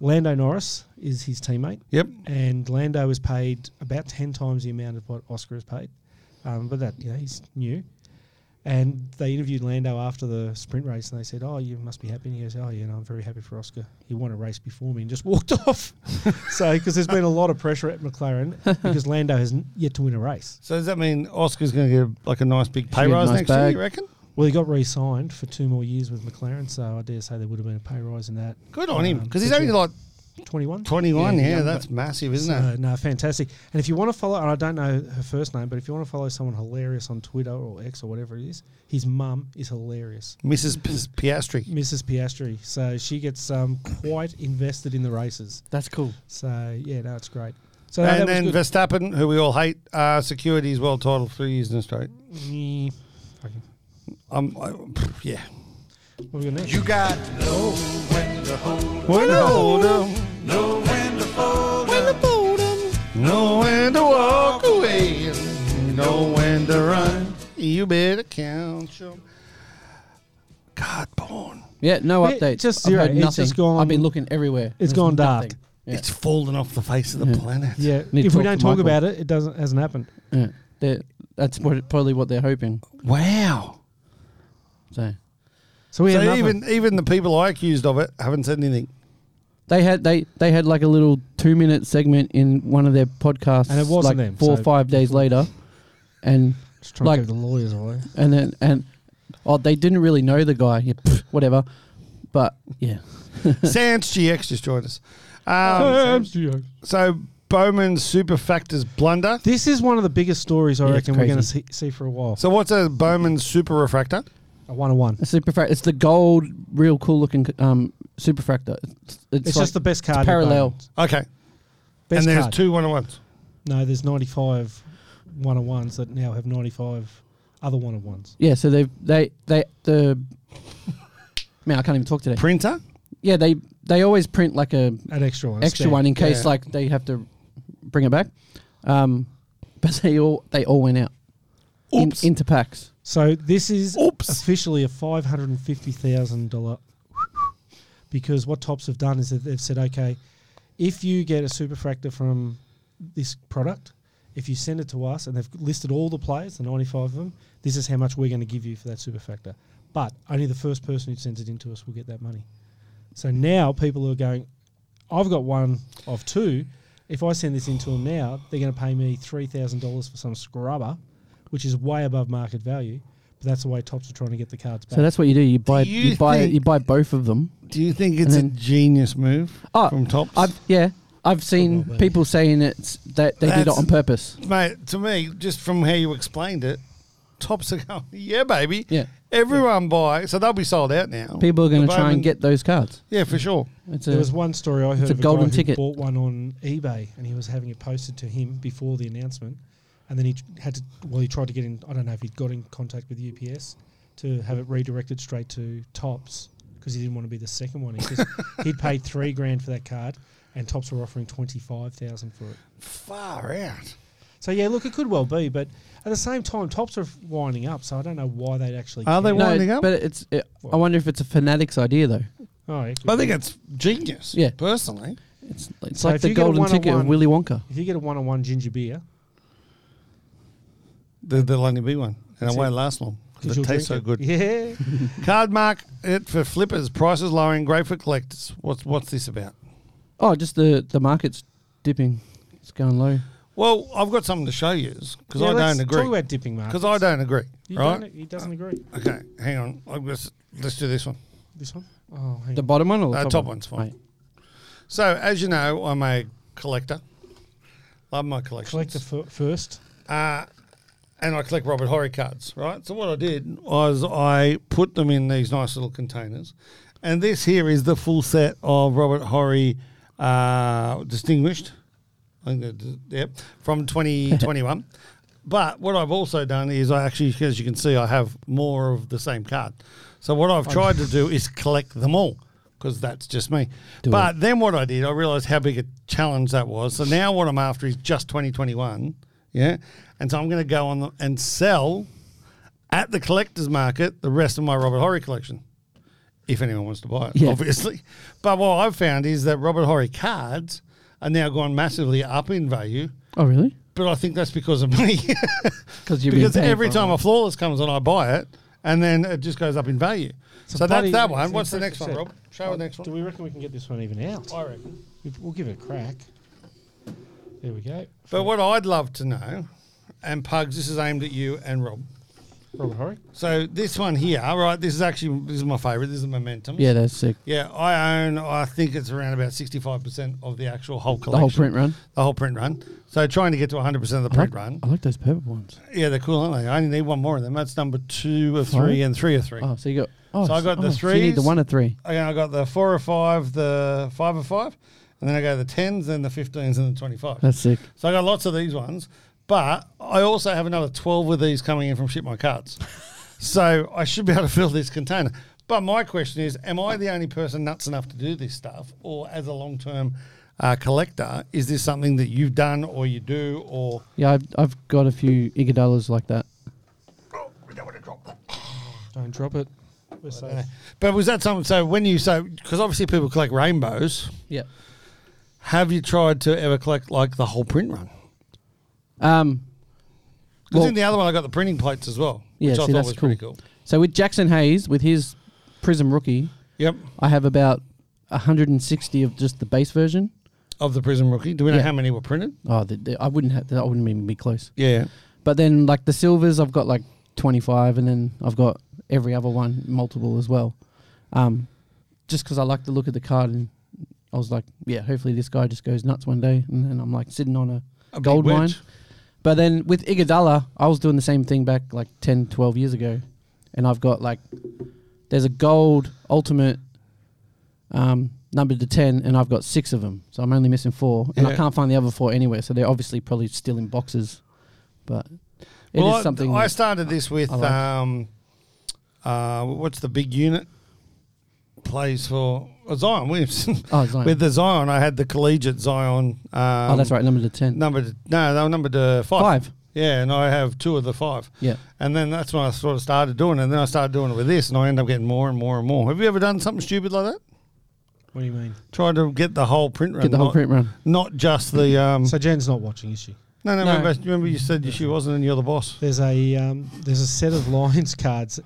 Lando Norris is his teammate,
Yep.
and Lando is paid about 10 times the amount of what Oscar is paid. Um, but that, you know, he's new. And they interviewed Lando after the sprint race and they said, Oh, you must be happy. And he goes, Oh, yeah, no, I'm very happy for Oscar. He won a race before me and just walked off. so, because there's been a lot of pressure at McLaren because Lando has n- yet to win a race.
So does that mean Oscar's going to get like a nice big pay
get a
rise
nice
next year?
bag.
You reckon?
Well, he got re signed for two more years with McLaren. So, I dare say there would have been a pay rise in that.
Good on him
Um,
because he's
did
only
you-
like
21?
21. Yeah,
young,
that's massive, isn't it?
So, no, fantastic. And if you want to follow, and I don't know her first name, but if you want to follow someone hilarious on Twitter or X or whatever it is, his mum is hilarious,
Mrs. P- Piastri.
Mrs. Piastri. So she gets um, quite invested in the races.
That's cool.
So yeah, no, it's great. So no,
And
that was
then
good.
Verstappen, who we all hate, uh, secured his world title three years in a straight.
Mm, fucking-
Um, I, yeah.
what we got next?
You got to know when to hold 'em,
When to hold 'em,
know when to fold 'em,
know when to walk away, and know when to run. You better count your God born.
Yeah, no
Yeah,
updates.
just
I've
zero.
heard
It's
nothing.
just gone-
I've been looking everywhere.
It's
There's
gone dark.
nothing. Yeah.
It's fallen off the face of the planet.
Yeah,
Need to
if we
talk
don't
to
talk
Michael.
about it, it doesn't hasn't happened.
Yeah, they're, that's what, probably what they're hoping.
Wow.
So
So we had
so
nothing.
even even the people I accused of it haven't said anything.
they had they they had like a little two minute segment in one of their podcasts,
And it wasn't
like
them,
four
so-
or five days later, and
Just trying to
like-
give the lawyers away.
and then and oh they didn't really know the guy, yeah, pff, whatever, but yeah,
Sans GX just joined us. Um, so Bowman's super factors blunder.
This is one of the biggest stories I
Yeah, it's
reckon we're going to
crazy.
see, see for a while.
So what's a Bowman's super refractor?
a one on one.
a superfractor. It's the gold, real cool looking um superfractor. It's, it's,
It's
like-
just the best card. in
parallel.
Bowman's.
Okay.
Best
and there's
card.
two one on ones.
No, there's 95 one on ones that now have 95 other one on ones.
yeah. So they they they the man I can't even talk today.
Printer?
Yeah, they they always print like a
An extra one.
extra
spare.
one in case
Yeah.
like they have to bring it back. Um, but they all they all went out in-
Oops.
into packs.
So this is
Oops.
officially a $550,000 because what Tops have done is that they've said, okay, if you get a superfractor from this product, if you send it to us and they've listed all the players, the 95 of them, this is how much we're going to give you for that superfractor. But only the first person who sends it in to us will get that money. So now people are going, I've got one of two. If I send this in to them now, they're going to pay me $3,000 for some scrubber, which is way above market value. But that's the way tops are trying to get the cards back.
So that's what you do. You buy
Do
you,
you
buy
think-
you buy both of them.
Do you think it's
then-
a genius move
Oh,
from Tops?
I've yeah. I've seen
well,
people saying it's that they did it
That's-
on purpose.
Mate, to me, just from how you explained it, Tops are going, yeah, baby.
Yeah.
Everyone buy. So they'll be sold out now.
People are going
The
to try
Bowman-
and get those cards.
Yeah, for sure.
It's
there
a,
was one story I heard
a
of a
golden
guy who
ticket.
bought one on eBay and he was having it posted to him before the announcement. And then he tr- had to, well, he tried to get in, I don't know if he'd got in contact with UPS to have it redirected straight to Tops because he didn't want to be the second one. He just, he'd paid three grand for that card and Tops were offering 25000 for it.
Far out.
So yeah, look, it could well be, but at the same time, tops are winding up, so I don't know why they'd actually.
Are they
care.
wi-
no,
winding up?
but it's. It, I wonder if it's a fanatic's idea though.
Oh, yeah, it could
I
be.
think it's genius.
Yeah.
Personally.
It's, it's
So
like
if
the
you get a
golden ticket of
one-on-one-
Willy Wonka.
if you get a one-on-one ginger beer,
There- There'll only be one, and
That's
it
it.
won't last long. 'cause
'Cause
It
you'll
tastes so good.
drink Yeah.
Card mark it for flippers. Prices lowering, great for collectors. What's what's this about?
Oh, just the the market's dipping. It's going low.
Well, I've got something to show you because
Yeah,
I
let's
don't agree.
Talk about dipping markets.
Because I don't agree,
You
right?
don't- he doesn't agree.
Okay, hang on. I'm just, let's do this one.
This one? Oh, hang
The
on.
bottom one or the
Uh,
top,
top
one?
one's fine. So, as you know, I'm a collector. Love my collection.
Collect the f- first.
uh, and I collect Robert Horry cards, right? So what I did was I put them in these nice little containers, and this here is the full set of Robert Horry uh, distinguished, I think that- yep, from 2021. But what I've also done is I actually, as you can see, I have more of the same card. So what I've tried to do is collect them all because that's just me.
Do
but then what I did, I realised how big a challenge that was. So now what I'm after is just 2021, yeah. And so I'm going to go on the, and sell at the collector's market the rest of my Robert Horry collection, if anyone wants to buy it,
Yeah.
obviously. But what I've found is that Robert Horry cards are now gone massively up in value.
Oh, really?
But I think that's because of me.
Because you've
because
been paying
every
for it.
time a flawless comes on, I buy it, and then it just goes up in value.
a
so that's
bloody-
that one.
it's an
What's the next
impressive
one,
set.
Rob? Show the next
Do
one.
we reckon we can get this one even out?
I reckon.
We- We'll give it a crack. There we go.
But what I'd love to know, and Pugs, this is aimed at you and Rob.
Robert Horry.
So this one here, right? This is actually this is my favourite. This is momentum.
Yeah, that's sick.
Yeah, I own. I think it's around about sixty-five percent of the actual whole collection.
The whole print run. Uh-huh.
The whole print run. So trying to get to one hundred percent of the print run.
I like those purple ones.
Yeah, they're cool, aren't they? I only need one more of them. That's number two or
Sorry?
three and three or three.
Oh, so you got. Oh,
So I got the
oh, you need the
threes.
one or three.
Again, I got the four or five, the five or five, and then I go the tens, then the fifteens, and the twenty-five.
That's sick.
so I got lots of these ones, but I also have another twelve of these coming in from Ship My Cards. so I should be able to fill this container. But my question is, am I the only person nuts enough to do this stuff, or as a long-term uh, collector, is this something that you've done or you do or?
Yeah, I've, I've got a few Iguodala's like that. Oh,
Don't drop it. We're safe.
But was that something? So when you so because obviously people collect rainbows.
Yeah.
Have you tried to ever collect like the whole print run?
Um.
Because
Well-
in the other one, I got the printing plates as well,
Yeah,
which I
see,
thought
that's
was pretty cool.
So with Jackson Hayes, with his Prism rookie,
Yep,
I have about 160 of just the base version.
of the Prism rookie. Do we know
Yeah.
how many were printed?
Oh, the, the, I wouldn't have. I wouldn't even be close.
Yeah,
But then like the silvers, I've got like 25, and then I've got every other one multiple as well. Um, just because I like the look of the card, and I was like, yeah, hopefully this guy just goes nuts one day, and then I'm like sitting on a
a
gold
big wedge.
mine. But then with Igadala, I was doing the same thing back like 10, 12 years ago. And I've got like, there's a gold ultimate um, numbered to 10, and I've got six of them. So I'm only missing four. And I
Yeah.
can't find the other four anywhere. So they're obviously probably still in boxes. But it is
well, I-
something.
I
that-
started this with.
I like.
um, uh, what's the big unit? Plays for uh, Zion Williamson.
oh, Zion.
with the Zion, I had the collegiate Zion. Um,
oh, that's right, numbered to 10.
Number no, they were numbered to five.
Five.
Yeah, and I have two of the five.
Yeah.
And then that's when I sort of started doing it. And then I started doing it with this, and I end up getting more and more and more. Have you ever done something stupid like that?
What do you mean?
Try to get the whole print run,
Get the whole
not,
print run.
not just the. Um,
So Jan's not watching, is she?
no, no,
No.
Remember, remember you said she wasn't, and you're the boss.
There's a um, there's a set of Lions cards.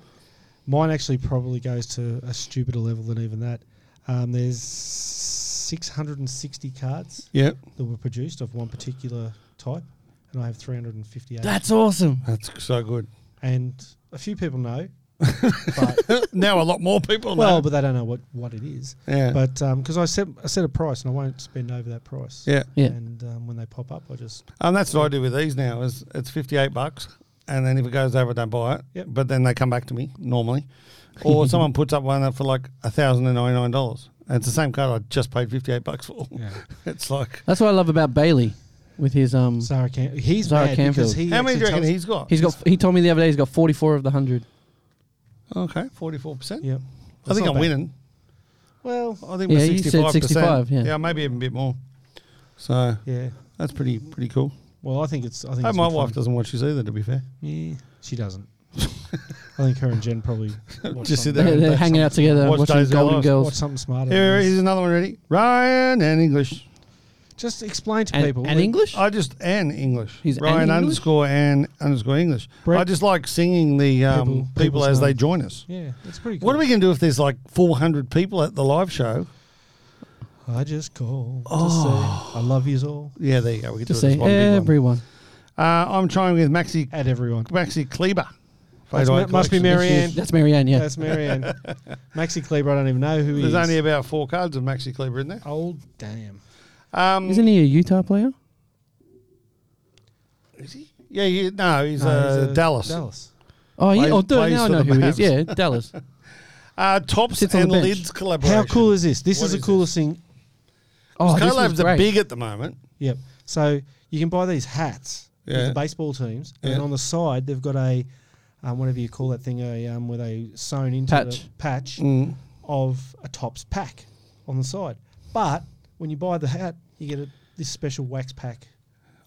Mine actually probably goes to a stupider level than even that. Um, there's 660 cards
Yeah,
that were produced of one particular type, and I have 358.
That's awesome.
that's so good.
and a few people know, but,
now a lot more people.
well,
know.
but they don't know what, what it is.
yeah,
But because I set I set a price, and I won't spend over that price.
yeah,
Yeah.
And um, when they pop up, I just
and that's what I do with these now. Is it's fifty eight bucks, and then if it goes over, I don't buy it.
Yep.
But then they come back to me normally, or someone puts up one for like thousand and ninety nine dollars. And it's the same card I just paid fifty eight bucks for. It's like
That's what I love about Bailey with his. um.
Zara Cam- he's
Zara
mad because he
Canfield.
how many do you
actually
reckon he's got?
He's got. He told me the other day he's got 44 of the 100.
okay, forty four percent.
tells- Yep.
I think
That's not
I'm
bad.
winning.
Well,
I think
Yeah,
we're
you said
65%.
65, yeah.
maybe even a bit more. So
yeah.
that's pretty pretty cool.
Well, I think it's. I think
Oh,
it's
my
good
wife
fun.
doesn't watch this either, to be fair.
Yeah, she doesn't. I think her and Jen probably watch
Just sit
something-
there.
They're,
and
they're
that's
hanging out together
Watch
watching
Days of Our
Golden
Lives.
watch
Girls.
something smarter.
Here,
than
here's
this.
another one ready. Ryan and English.
Just explain to
And,
people.
and
We-
English?
I just and English.
He's
Ryan
and English?
underscore and underscore English.
Brett-
I just like singing the um,
People-
people,
people's
as they
names.
join us.
Yeah, that's pretty cool.
What are we going to do if there's like 400 people at the live show?
I just call
Oh.
to say I love yous all.
Yeah, there you go. We can
Just
do it
say
as one big one.
everyone.
Uh, I'm trying with Maxi
At everyone.
Maxi Kleber.
That's
Photo
Ma- must be
collection.
Mary Ann.
That's Marianne, yeah.
That's Marianne. Maxi Kleber, I don't even know who he
There's
is.
only about four cards of Maxi Kleber in there.
oh, damn.
Um,
Isn't he a Utah player?
is he? Yeah, he, no, he's,
No,
uh,
he's, uh,
Dallas.
Dallas.
Oh, yeah.
Plays-
Oh, dude,
plays
now I
for the
know who he is.
Mavs.
Yeah, Dallas.
Uh, tops
Sits on
and
the bench.
lids collaboration.
How cool is this? This
What
is the
is
coolest thing.
Oh, this was
Collabs are
great.
big at the moment.
Yep. So you can buy these hats with
Yeah.
the baseball teams, and then
Yeah.
on the side they've got a um, whatever you call that thing, a um, where they sewn into the
Patch.
patch
Mm.
of a tops pack on the side. But when you buy the hat, you get a, this special wax pack.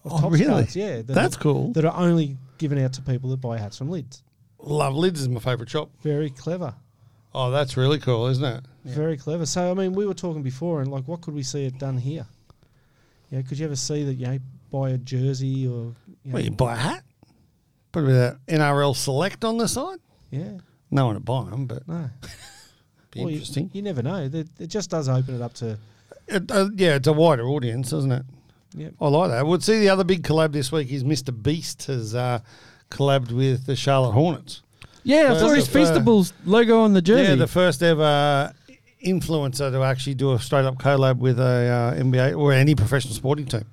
Of
Oh,
Topps
really?
cards, Yeah, that
That's
are-
cool.
That are only given out to people that buy hats from lids.
Love lids is my favourite shop.
Very clever.
Oh, that's really cool, isn't it?
Very clever. So I mean, we were talking before, and like, what could we see it done here? You know, could you ever see that? You know, buy a jersey or you know,
Well, you buy a hat, put a bit of NRL Select on the side.
yeah,
No one would buy them, but
no.
be
Well, you-
interesting.
You, never know. It, it just does open it up to.
It, uh, yeah, it's a wider audience, isn't it?
Yep.
I like that. We'll see the other big collab this week is Mr. Beast has uh, collabed with the Charlotte Hornets.
Yeah,
First
I saw his
of, uh,
Feastables logo on the jersey.
Yeah, the first ever influencer to actually do a straight up collab with a uh, NBA or any professional sporting team.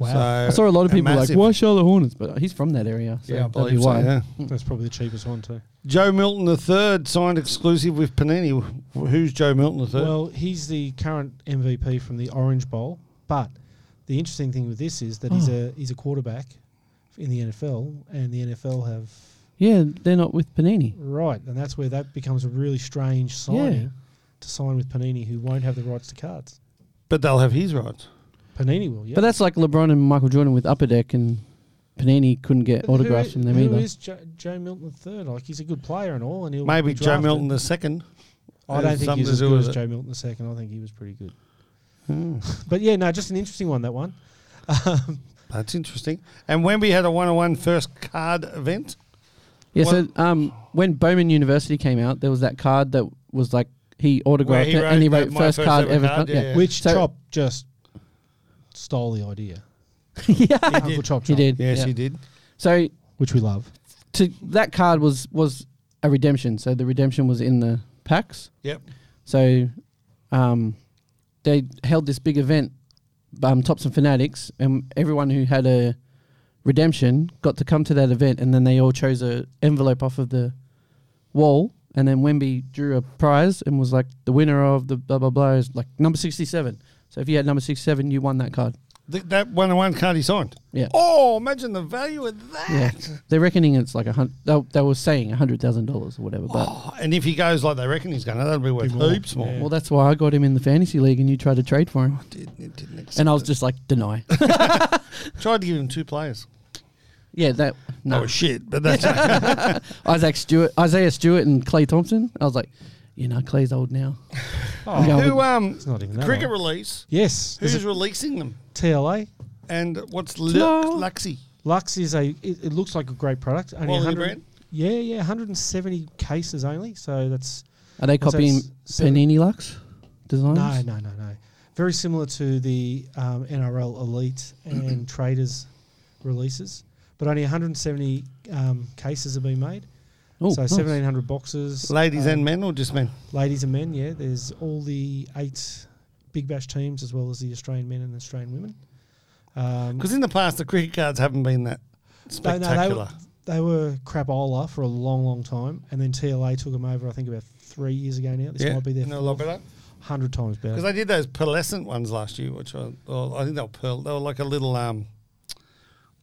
I saw a lot of people like, why Charlotte Hornets? But he's from that area. So
yeah, I
that'd be
believe so,
why.
yeah.
That's probably the cheapest one too.
Joe Milton III signed exclusive with Panini. Wh- Who's Joe Milton III?
Well, he's the current MVP from the Orange Bowl, but the interesting thing with this is that he's
Hmm.
a he's a quarterback in the NFL, and the NFL have
Yeah, they're not with Panini.
right, and that's where that becomes a really strange signing to sign with Panini, who won't have the rights to cards.
but they'll have his rights.
Panini will, yeah.
But that's like LeBron and Michael Jordan with Upper Deck, and Panini couldn't get
But
autographs
who,
from them
who
either.
is Jo- Joe Milton III? Like he's a good player and all, and he'll
Maybe
be
Joe
drafted.
Milton II.
I don't
has
think
something
he's
to
as
do
good
with
as
it.
Joe Milton II. I think he was pretty good.
Hmm.
But yeah, no, just an interesting one, that one. Um,
That's interesting. And Wemby had a one-on-one first card event.
Yeah, so
Well-
um, when Bowman University came out, there was that card that was like he
Where
autographed
he
it, and he
wrote
wrote
that my
first
first
card
ever
ever.
card,
card, yeah.
yeah.
Which
So-
Chop just stole the idea.
yeah,
Uncle Chop,
he
Chop,
did.
Yes,
yeah.
he did.
So
Which we love.
to that card was was a redemption. So the redemption was in the packs.
Yep.
So um, they held this big event, um, Tops and Fanatics, and everyone who had a redemption got to come to that event, and then they all chose a envelope off of the wall, and then Wemby drew a prize and was like the winner of the blah blah blah is like number sixty seven. So if you had number sixty seven, you won that card.
Th- that one-on-one card he signed.
Yeah.
Oh, imagine the value of that.
Yeah, they're reckoning it's like a hundred. They, they were saying a hundred thousand dollars or whatever, but.
Oh, and if he goes like they reckon he's going to, that'll be worth
more.
heaps more.
Yeah.
Well, that's why I got him in the fantasy league, and you tried to trade for him,
Didn't- it didn't accept
and I was
it.
just like deny.
tried to give him two players.
yeah, that
No.
no.
That was shit, but that's
Isaac Stewart, Isaiah Stewart, and Clay Thompson. I was like, you know, Clay's old now. I'm going
who.
with-
Um,
It's not even that.
cricket
old.
release.
Yes. there's
Who's
a
releasing them?
TLA?
And what's
Ta-da.
Lu- Luxy?
Lux is a. It, it looks like a great product. Only
Quality
100
brand?
Yeah, yeah, 170 cases only. So that's
Are they
what's that,
copying
s- seven-
Panini Lux designs?
No, no, no, no. Very similar to the um, NRL Elite and Traders releases, but only 170 um, cases have been made.
Oh,
so
nice.
1,700 boxes.
Ladies
um,
and men, or just men?
ladies and men, yeah. There's all the eight Big Bash teams as well as the Australian men and Australian women. Um,
Because in the past, the cricket cards haven't been that
they- no,
spectacular.
they, were, they were crapola for a long, long time, and then TLA took them over. I think about three years ago now. This
yeah,
might be their
no, a lot better.
hundred times better.
Because they did those pearlescent ones last year, which I, well, I think they were pearl. They were like a little. Um,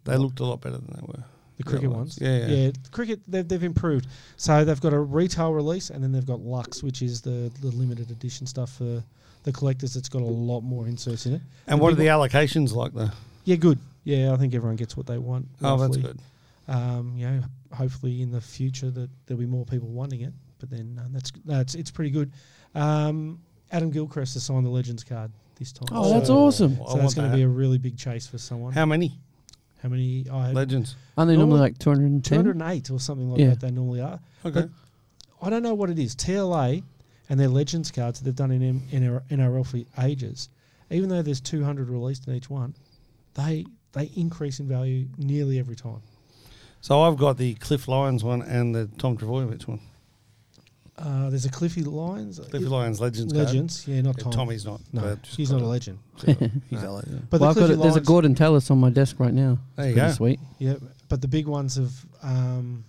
they looked a lot better than they were.
The cricket
Yeah,
ones.
yeah, yeah.
cricket, they've, they've improved. So they've got a retail release and then they've got Lux, which is the, the limited edition stuff for the collectors that's got a lot more inserts in it.
And
The
what are
big
the allocations like though?
Yeah, good. Yeah, I think everyone gets what they want.
Oh, that's
roughly.
good.
Um, you know, hopefully in the future that there'll be more people wanting it. But then uh, that's, that's it's pretty good. Um, Adam Gilchrist has signed the Legends card this time.
Oh, that's awesome.
So that's going to be a really big chase for someone. How,
How many
many? I had
legends?
Aren't they normally
Normal-
like 210?
208 or something like
Yeah.
that. They normally are.
Okay.
I don't know what it is. TLA and their Legends cards that they've done in M- NR- NRL for ages, even though there's 200 released in each one, they they increase in value nearly every time.
So I've got the Cliff Lyons one and the Tom Travojevic one.
Uh, there's a Cliffy Lions.
Cliff Lyons legends. card.
Legends, yeah, not
Yeah,
Tom.
Tommy's not.
No,
but just
he's
got
not a
it.
legend.
He's a legend.
But
Well, I've
the
got
Cliffy
it, there's a
Lions-
Gordon Tallis on my desk right now.
There
It's
you go.
pretty sweet.
Yeah, but the big ones of, um,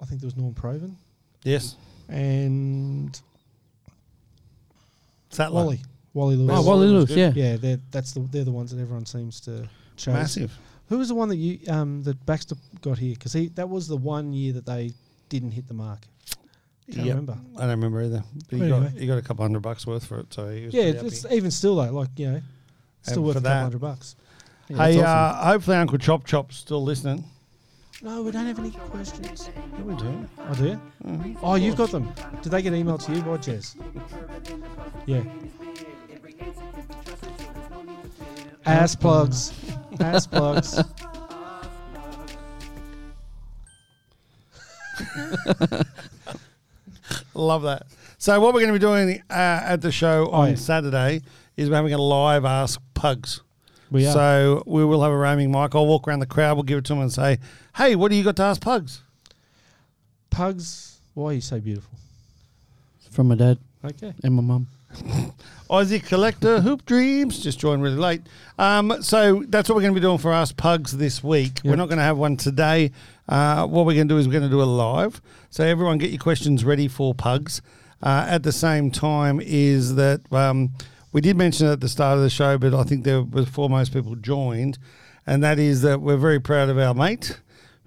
I think there was Norm Proven
Yes.
and
Sattler.
Wally, Wally Lewis.
Oh,
That's
Wally
always
Lewis,
good.
yeah.
Yeah, they're that's the they're the ones that everyone seems to chase.
Massive.
Who was the one that you um, that Baxter got here? Because he that was the one year that they didn't hit the mark. Can't
Yep.
remember.
I don't remember either. But he,
Anyway.
got, he got a couple hundred bucks worth for it, so he was
Yeah,
pretty
it's
happy.
even still though, like you know, still
And
worth
for
a couple
that-
hundred bucks.
Yeah, that's
Hey,
awesome.
uh, hopefully Uncle Chop Chop's still listening.
No, we don't have any questions.
Yeah, we do.
Oh, do you? Oh, you've got them. Did they get emailed to you by Jez? Yeah. Ass plugs. Ass plugs.
Love that. So what we're going to be doing uh, at the show on
yeah.
Saturday is we're having a live Ask Pugs.
We are.
So we will have a roaming mic. I'll walk around the crowd. We'll give it to them and say, "Hey, what do you got to ask Pugs?"
Pugs. Why are you so beautiful?
From my dad
Okay.
and my mum.
Aussie collector Hoop Dreams just joined really late. Um, so that's what we're going to be doing for us pugs this week. We're
Yep.
not going to have one today. Uh, what we're going to do is we're going to do a live. So everyone, get your questions ready for pugs. Uh, at the same time, is that um, we did mention it at the start of the show, but I think there was before most people joined, and that is that we're very proud of our mate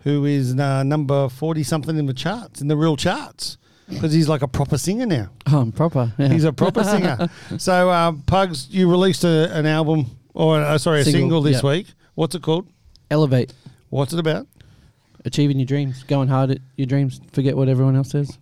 who is uh, number forty something in the charts in the real charts because he's like a proper singer now.
Oh, I'm proper. Yeah.
He's a proper singer. So, uh, Pugs, you released a, an album, or uh, sorry, a single,
Single,
this
yeah.
week. What's it called?
Elevate.
What's it about?
Achieving your dreams. Going hard at your dreams. Forget what everyone else says.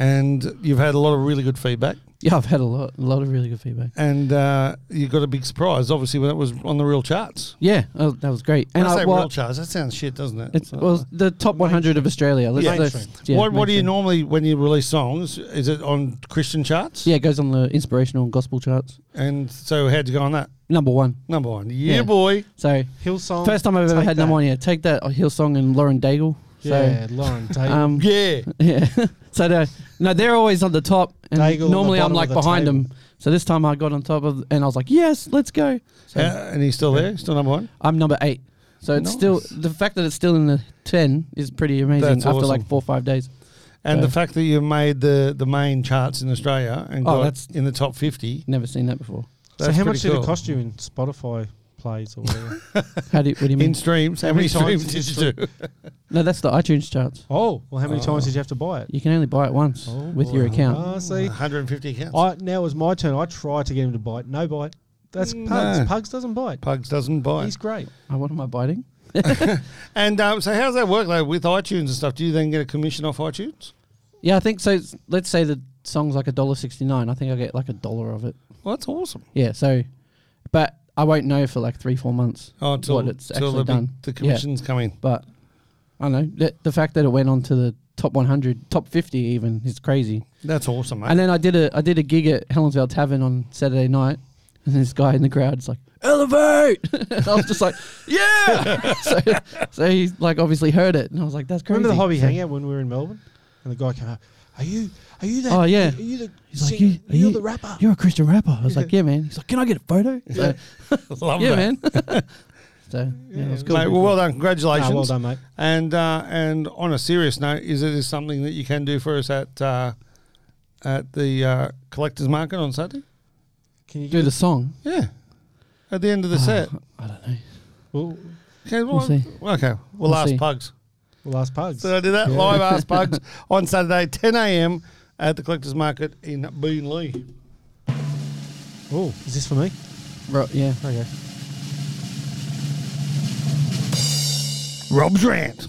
And you've had a lot of really good feedback.
Yeah, I've had a lot, a lot of really good feedback.
And uh, you got a big surprise, obviously, when it was on the real charts.
Yeah, oh, that was great.
When I, say
well,
real charts, that sounds shit, doesn't it?
it's well the top 100 of Australia. Let's,
Yeah.
let's-
uh, Mainstream.
yeah,
what What do you
mainstream.
normally when you release songs? Is it on Christian charts?
Yeah, it goes on the inspirational and gospel charts.
And so how'd you go on that
Number one.
number one? Yeah,
Yeah.
boy.
So
Hillsong.
first time I've ever
Oh, take
had number
that.
one. Yeah, take that uh, Hillsong and Lauren Daigle. So,
Yeah, Lauren. Daigle.
um,
Yeah.
Yeah. so they no, they're always on the top, and
Daigle on
normally
the
I'm
bottom
like
of the
behind
table.
them. So this time I got on top of, and I was like, "Yes, let's go." So
Uh, and he's still there, still number one.
I'm number eight. So it's
Nice.
still the fact that it's still in the ten is pretty amazing
That's
after like
awesome.
four or five days.
And the
So-
fact that you made the, the main charts in Australia and
Oh,
got
that's-
in the top 50.
Never seen that before.
so
that's
how much
pretty
did
cool.
it cost you in Spotify plays or whatever?
How do you, what do you mean?
In streams, how
How
many
many times
streams
did
did
you
you do?
no, that's the iTunes charts.
oh, well, how many times
Oh.
did you have to buy it?
You can only buy it once
Oh,
with your
boy.
account.
Ah, see,
150 accounts.
I, now it's my turn. I try to get him to bite. No bite. That's
No.
Pugs. Pugs doesn't bite.
Pugs doesn't buy.
He's great.
Oh, what am I biting?
And um, so, how's that work though with iTunes and stuff? Do you then get a commission off iTunes?
Yeah, I think so. It's- Let's say the song's like a dollar sixty nine. I think I get like a dollar of it.
Well, that's awesome.
Yeah. So, but I won't know for like three four months
Oh, till,
what it's
till
actually
the, big-
done.
the
Yeah.
commissions come in.
But I don't know the, the fact that it went on to the top 100, top 50 even is crazy.
That's awesome, mate.
And then I did a I did a gig at Helensvale Tavern on Saturday night, and this guy in the crowd's like, "Elevate!" and I was just like, "Yeah!" so, so he like obviously heard it, and I was like, "That's crazy."
Remember the hobby
So-
hangout when we were in Melbourne, and the guy came up. Are you? Are you that?
Oh, yeah.
Are you the?
He's like,
singer?
"You-
are you,
you-
the rapper?
You're a Christian rapper. I was like, "Yeah, man." He's like, "Can I get a photo?" So,
Love
yeah,
that.
man. so yeah, it was cool.
Mate, well, well done. Congratulations.
Nah, Ah, well done, mate.
And uh, and on a serious note, is it is something that you can do for us at uh, at the uh, collectors market on Saturday?
Can you
Do
give
the
us?
song.
Yeah, at the end of the set.
I don't know.
We'll,
Okay, well,
Oh, see.
okay, we'll,
We'll
ask
see.
pugs.
we'll ask Pugs.
So I did that
Yeah.
live ask pugs on Saturday, 10 a.m. at the collectors market in Beenleigh.
oh, is this for me?
Right, yeah.
Okay.
Rob's rant.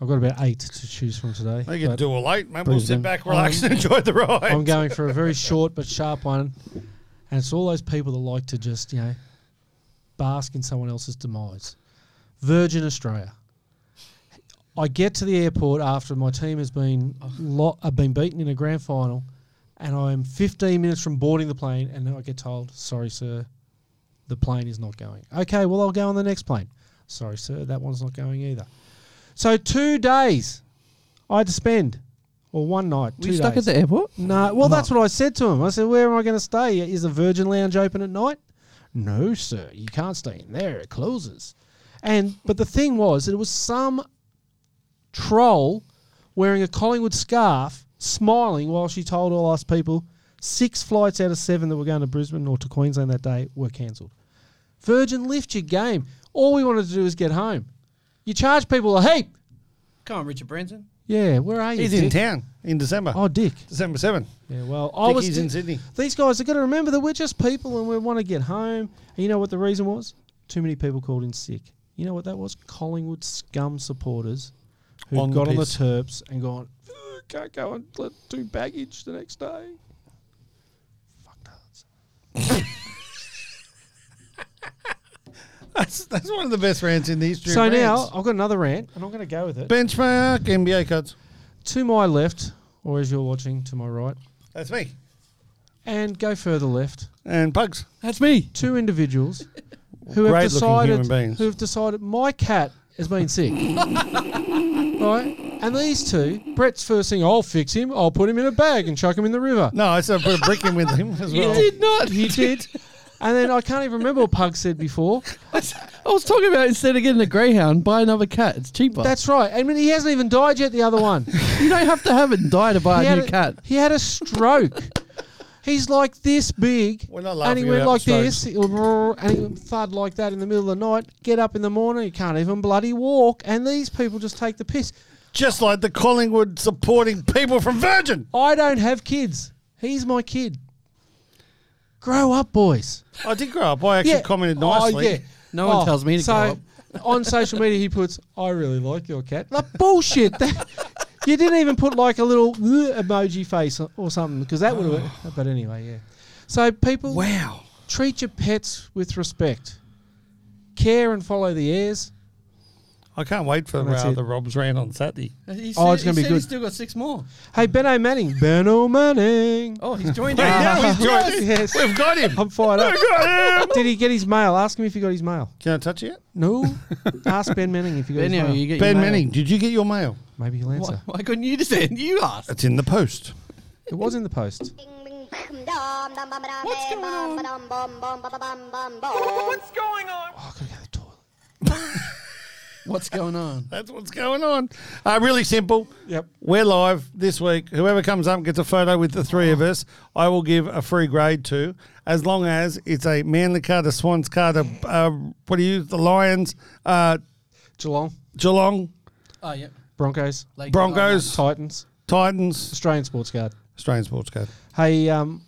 I've got about eight to choose from today.
They can
but
do a late, man. We'll sit
Brisbane.
back, relax, and enjoy the ride.
I'm going for a very short but sharp one, And it's all those people that like to just, you know, bask in someone else's demise. Virgin Australia. I get to the airport after my team has been lot, have been beaten in a grand final, and I'm 15 minutes from boarding the plane, and then I get told, "Sorry, sir, the plane is not going." Okay, well I'll go on the next plane. Sorry, sir, that one's not going either. So two days I had to spend, or one night.
We
two
stuck
days.
at the airport.
No, well, that's what I said to him. I said, "Where am I going to stay? Is the Virgin Lounge open at night?" No, sir, you can't stay in there. It closes. And but the thing was, it was some troll wearing a Collingwood scarf, smiling while she told all us people six flights out of seven that were going to Brisbane or to Queensland that day were cancelled. Virgin, lift your game. All we wanted to do is get home. You charge people a heap.
Come on, Richard Branson.
Yeah, where are you?
He's in
dick?
town in December.
Oh, Dick.
December 7.
Yeah, well, I
Dicky's
was.
in Sydney.
These guys have got to remember that we're just people and we want to get home. And you know what the reason was? Too many people called in sick. You know what that was? Collingwood scum supporters who
On the
got on the
piss.
Terps and gone, "Ugh, can't go and let, do baggage the next day. Fucked us.
That's, that's one of the best rants in the history
So
of
now
rants.
I've got another rant and I'm going to go with it.
Benchmark NBA cuts.
to my left, or as you're watching, to my right,
That's me.
and go further left.
And pugs.
That's me.
two individuals who have
Great-looking
decided
human beings.
who have decided my cat has been sick. right? And these two, Brett's first thing, I'll fix him, I'll put him in a bag and chuck him in the river.
No, I said I put a brick in with him as well.
not. He did. And then I can't even remember what Pug said before.
I was talking about instead of getting a greyhound, buy another cat. It's cheaper.
That's right. I mean, he hasn't even died yet, the other one.
you don't have to have it and die to buy
he
a
had
new
a,
cat.
He had a stroke. He's like this big.
We're not
and
laughing
he went
about
like
strokes.
this, he went brrr, and he went thud like that in the middle of the night. Get up in the morning, he can't even bloody walk. And these people just take the piss.
Just like the Collingwood supporting people from Virgin.
I don't have kids. He's my kid. Grow up, boys.
I did grow up. I actually commented nicely.
Oh, yeah.
No one
Oh,
tells me to
so
grow up.
on social media, he puts, "I really like your cat." Like bullshit. That- you didn't even put like a little uh, emoji face or something because that would have. But anyway, yeah. So people,
Wow.
treat your pets with respect, care, and follow the airs.
I can't wait for
That's
uh,
it.
the Robs rant on Saturday.
Oh, it's gonna be good.
still got six more.
Hey, Benno Manning, Benno Manning.
Oh, he's joined
Wait,
us.
now he's joined in.
yes.
We've got him.
I'm fired up.
We've got him.
Did he get his mail? Ask him if he got his mail.
Can I touch it?
No. Ask Ben Manning if you got
Ben,
his
anyway,
mail.
you get your
Ben
mail.
Manning, did you get your mail?
Maybe he'll answer.
Why, why couldn't you just end? You asked.
It's in the post.
It was in the post.
What's going on?
Oh, I gotta go to the toilet.
What's going on?
That's what's going on. Uh, really simple.
Yep.
We're live this week. Whoever comes up and gets a photo with the three of us, I will give a free grade to, as long as it's a Manly card, a Swans card, a, uh, what do you, the Lions, uh,
Geelong,
Geelong,
Oh, yeah.
Broncos,
Like,
Broncos,
Titans,
Titans,
Australian sports card.
Australian sports card.
Hey, um,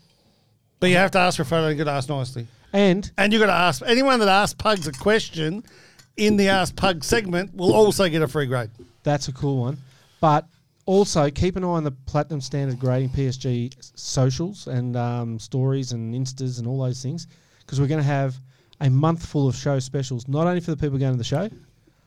But you have to ask for a photo. You got to ask nicely,
and
and you got to ask anyone that asks Pugs a question in the Ask Pug segment will also get a free grade.
that's a cool one. But also keep an eye on the platinum standard grading PSG s- socials and um, stories and instas and all those things because we're going to have a month full of show specials, not only for the people going to the show,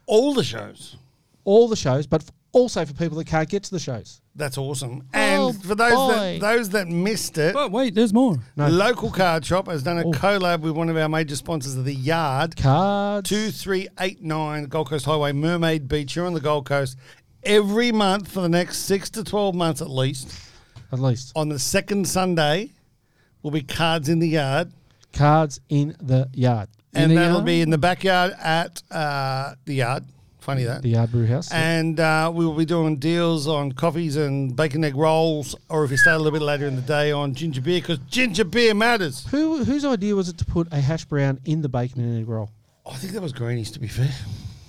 All the shows.
all the shows, but f- also for people that can't get to the shows.
That's awesome. And
Oh,
for those that,
boy.
those that missed it,
But Oh, wait, there's more.
No.
local card shop has done a collab with one of our major sponsors of the Yard.
Cards.
2389 Gold Coast Highway, Mermaid Beach. You're on the Gold Coast every month for the next six to 12 months at least.
At least.
On the second Sunday, will be Cards in the Yard.
Cards in the yard.
And
the
that'll
yard?
be in the backyard at uh, the Yard. Funny that.
The Yard Brew House.
And uh, we will be doing deals on coffees and bacon egg rolls, or if you stay a little bit later in the day, on ginger beer, because ginger beer matters.
Who whose idea was it to put a hash brown in the bacon and egg roll?
I think that was Greenies, to be fair.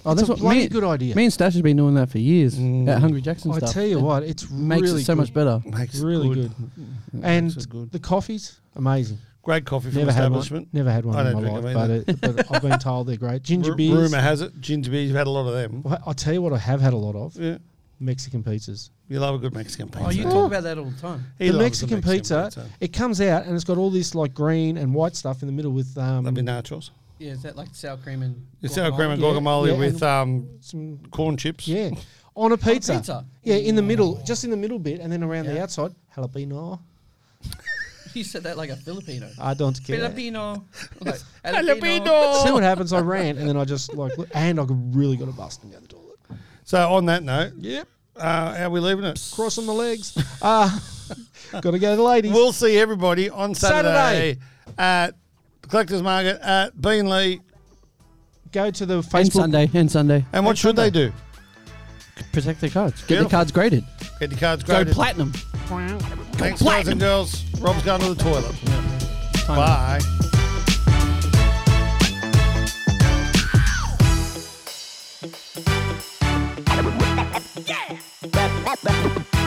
Oh, that's
That's
a
what-
bloody
me-
good idea.
Me and Stash has been doing that for years
Mm.
at Hungry Jackson
I
stuff.
tell you what, it's
makes
really
it so
good.
much better.
Makes it
Really
good.
good. And
it good.
the coffees, amazing.
Great coffee from
Never had one.
establishment.
Never had one
I
in
don't
my
drink
life, but,
them
it, but I've been told they're great. Ginger
Ru-
beers.
Rumour has it, ginger beer, you've had a lot of them.
Well, I'll tell you what I have had a lot of.
Yeah.
Mexican pizzas.
You love a good Mexican pizza.
Oh, you talk about that all the time.
He
the
loves a
Mexican, pizza, it comes out and it's got all this like green and white stuff in the middle with um,
That'd be nachos.
Yeah, is that like sour cream and
It's sour cream and guacamole
guacamole?
yeah, and-
with um,
some
corn chips.
yeah on a pizza.
pizza?
Yeah, in the
Mm.
middle, just in the middle bit, and then around the
Yeah.
outside, jalapeno.
You said that like a Filipino.
I don't care.
Filipino. Like,
See
Jalapeno.
what happens. I rant, and then I just like, look, and I could really got a bust and go to the toilet.
So on that note,
Yep.
uh, how are we leaving it?
Crossing the legs. Ah, got to go to the ladies.
We'll see everybody on Saturday,
Saturday.
at the Collectors Market at Beanley.
go to the
And
Facebook
Sunday, and Sunday.
And what should they do?
Protect their cards. Get
Beautiful.
their cards graded.
Get your cards
Go
graded.
platinum.
Thanks, guys and girls. Rob's going to the toilet. Bye.
Yeah.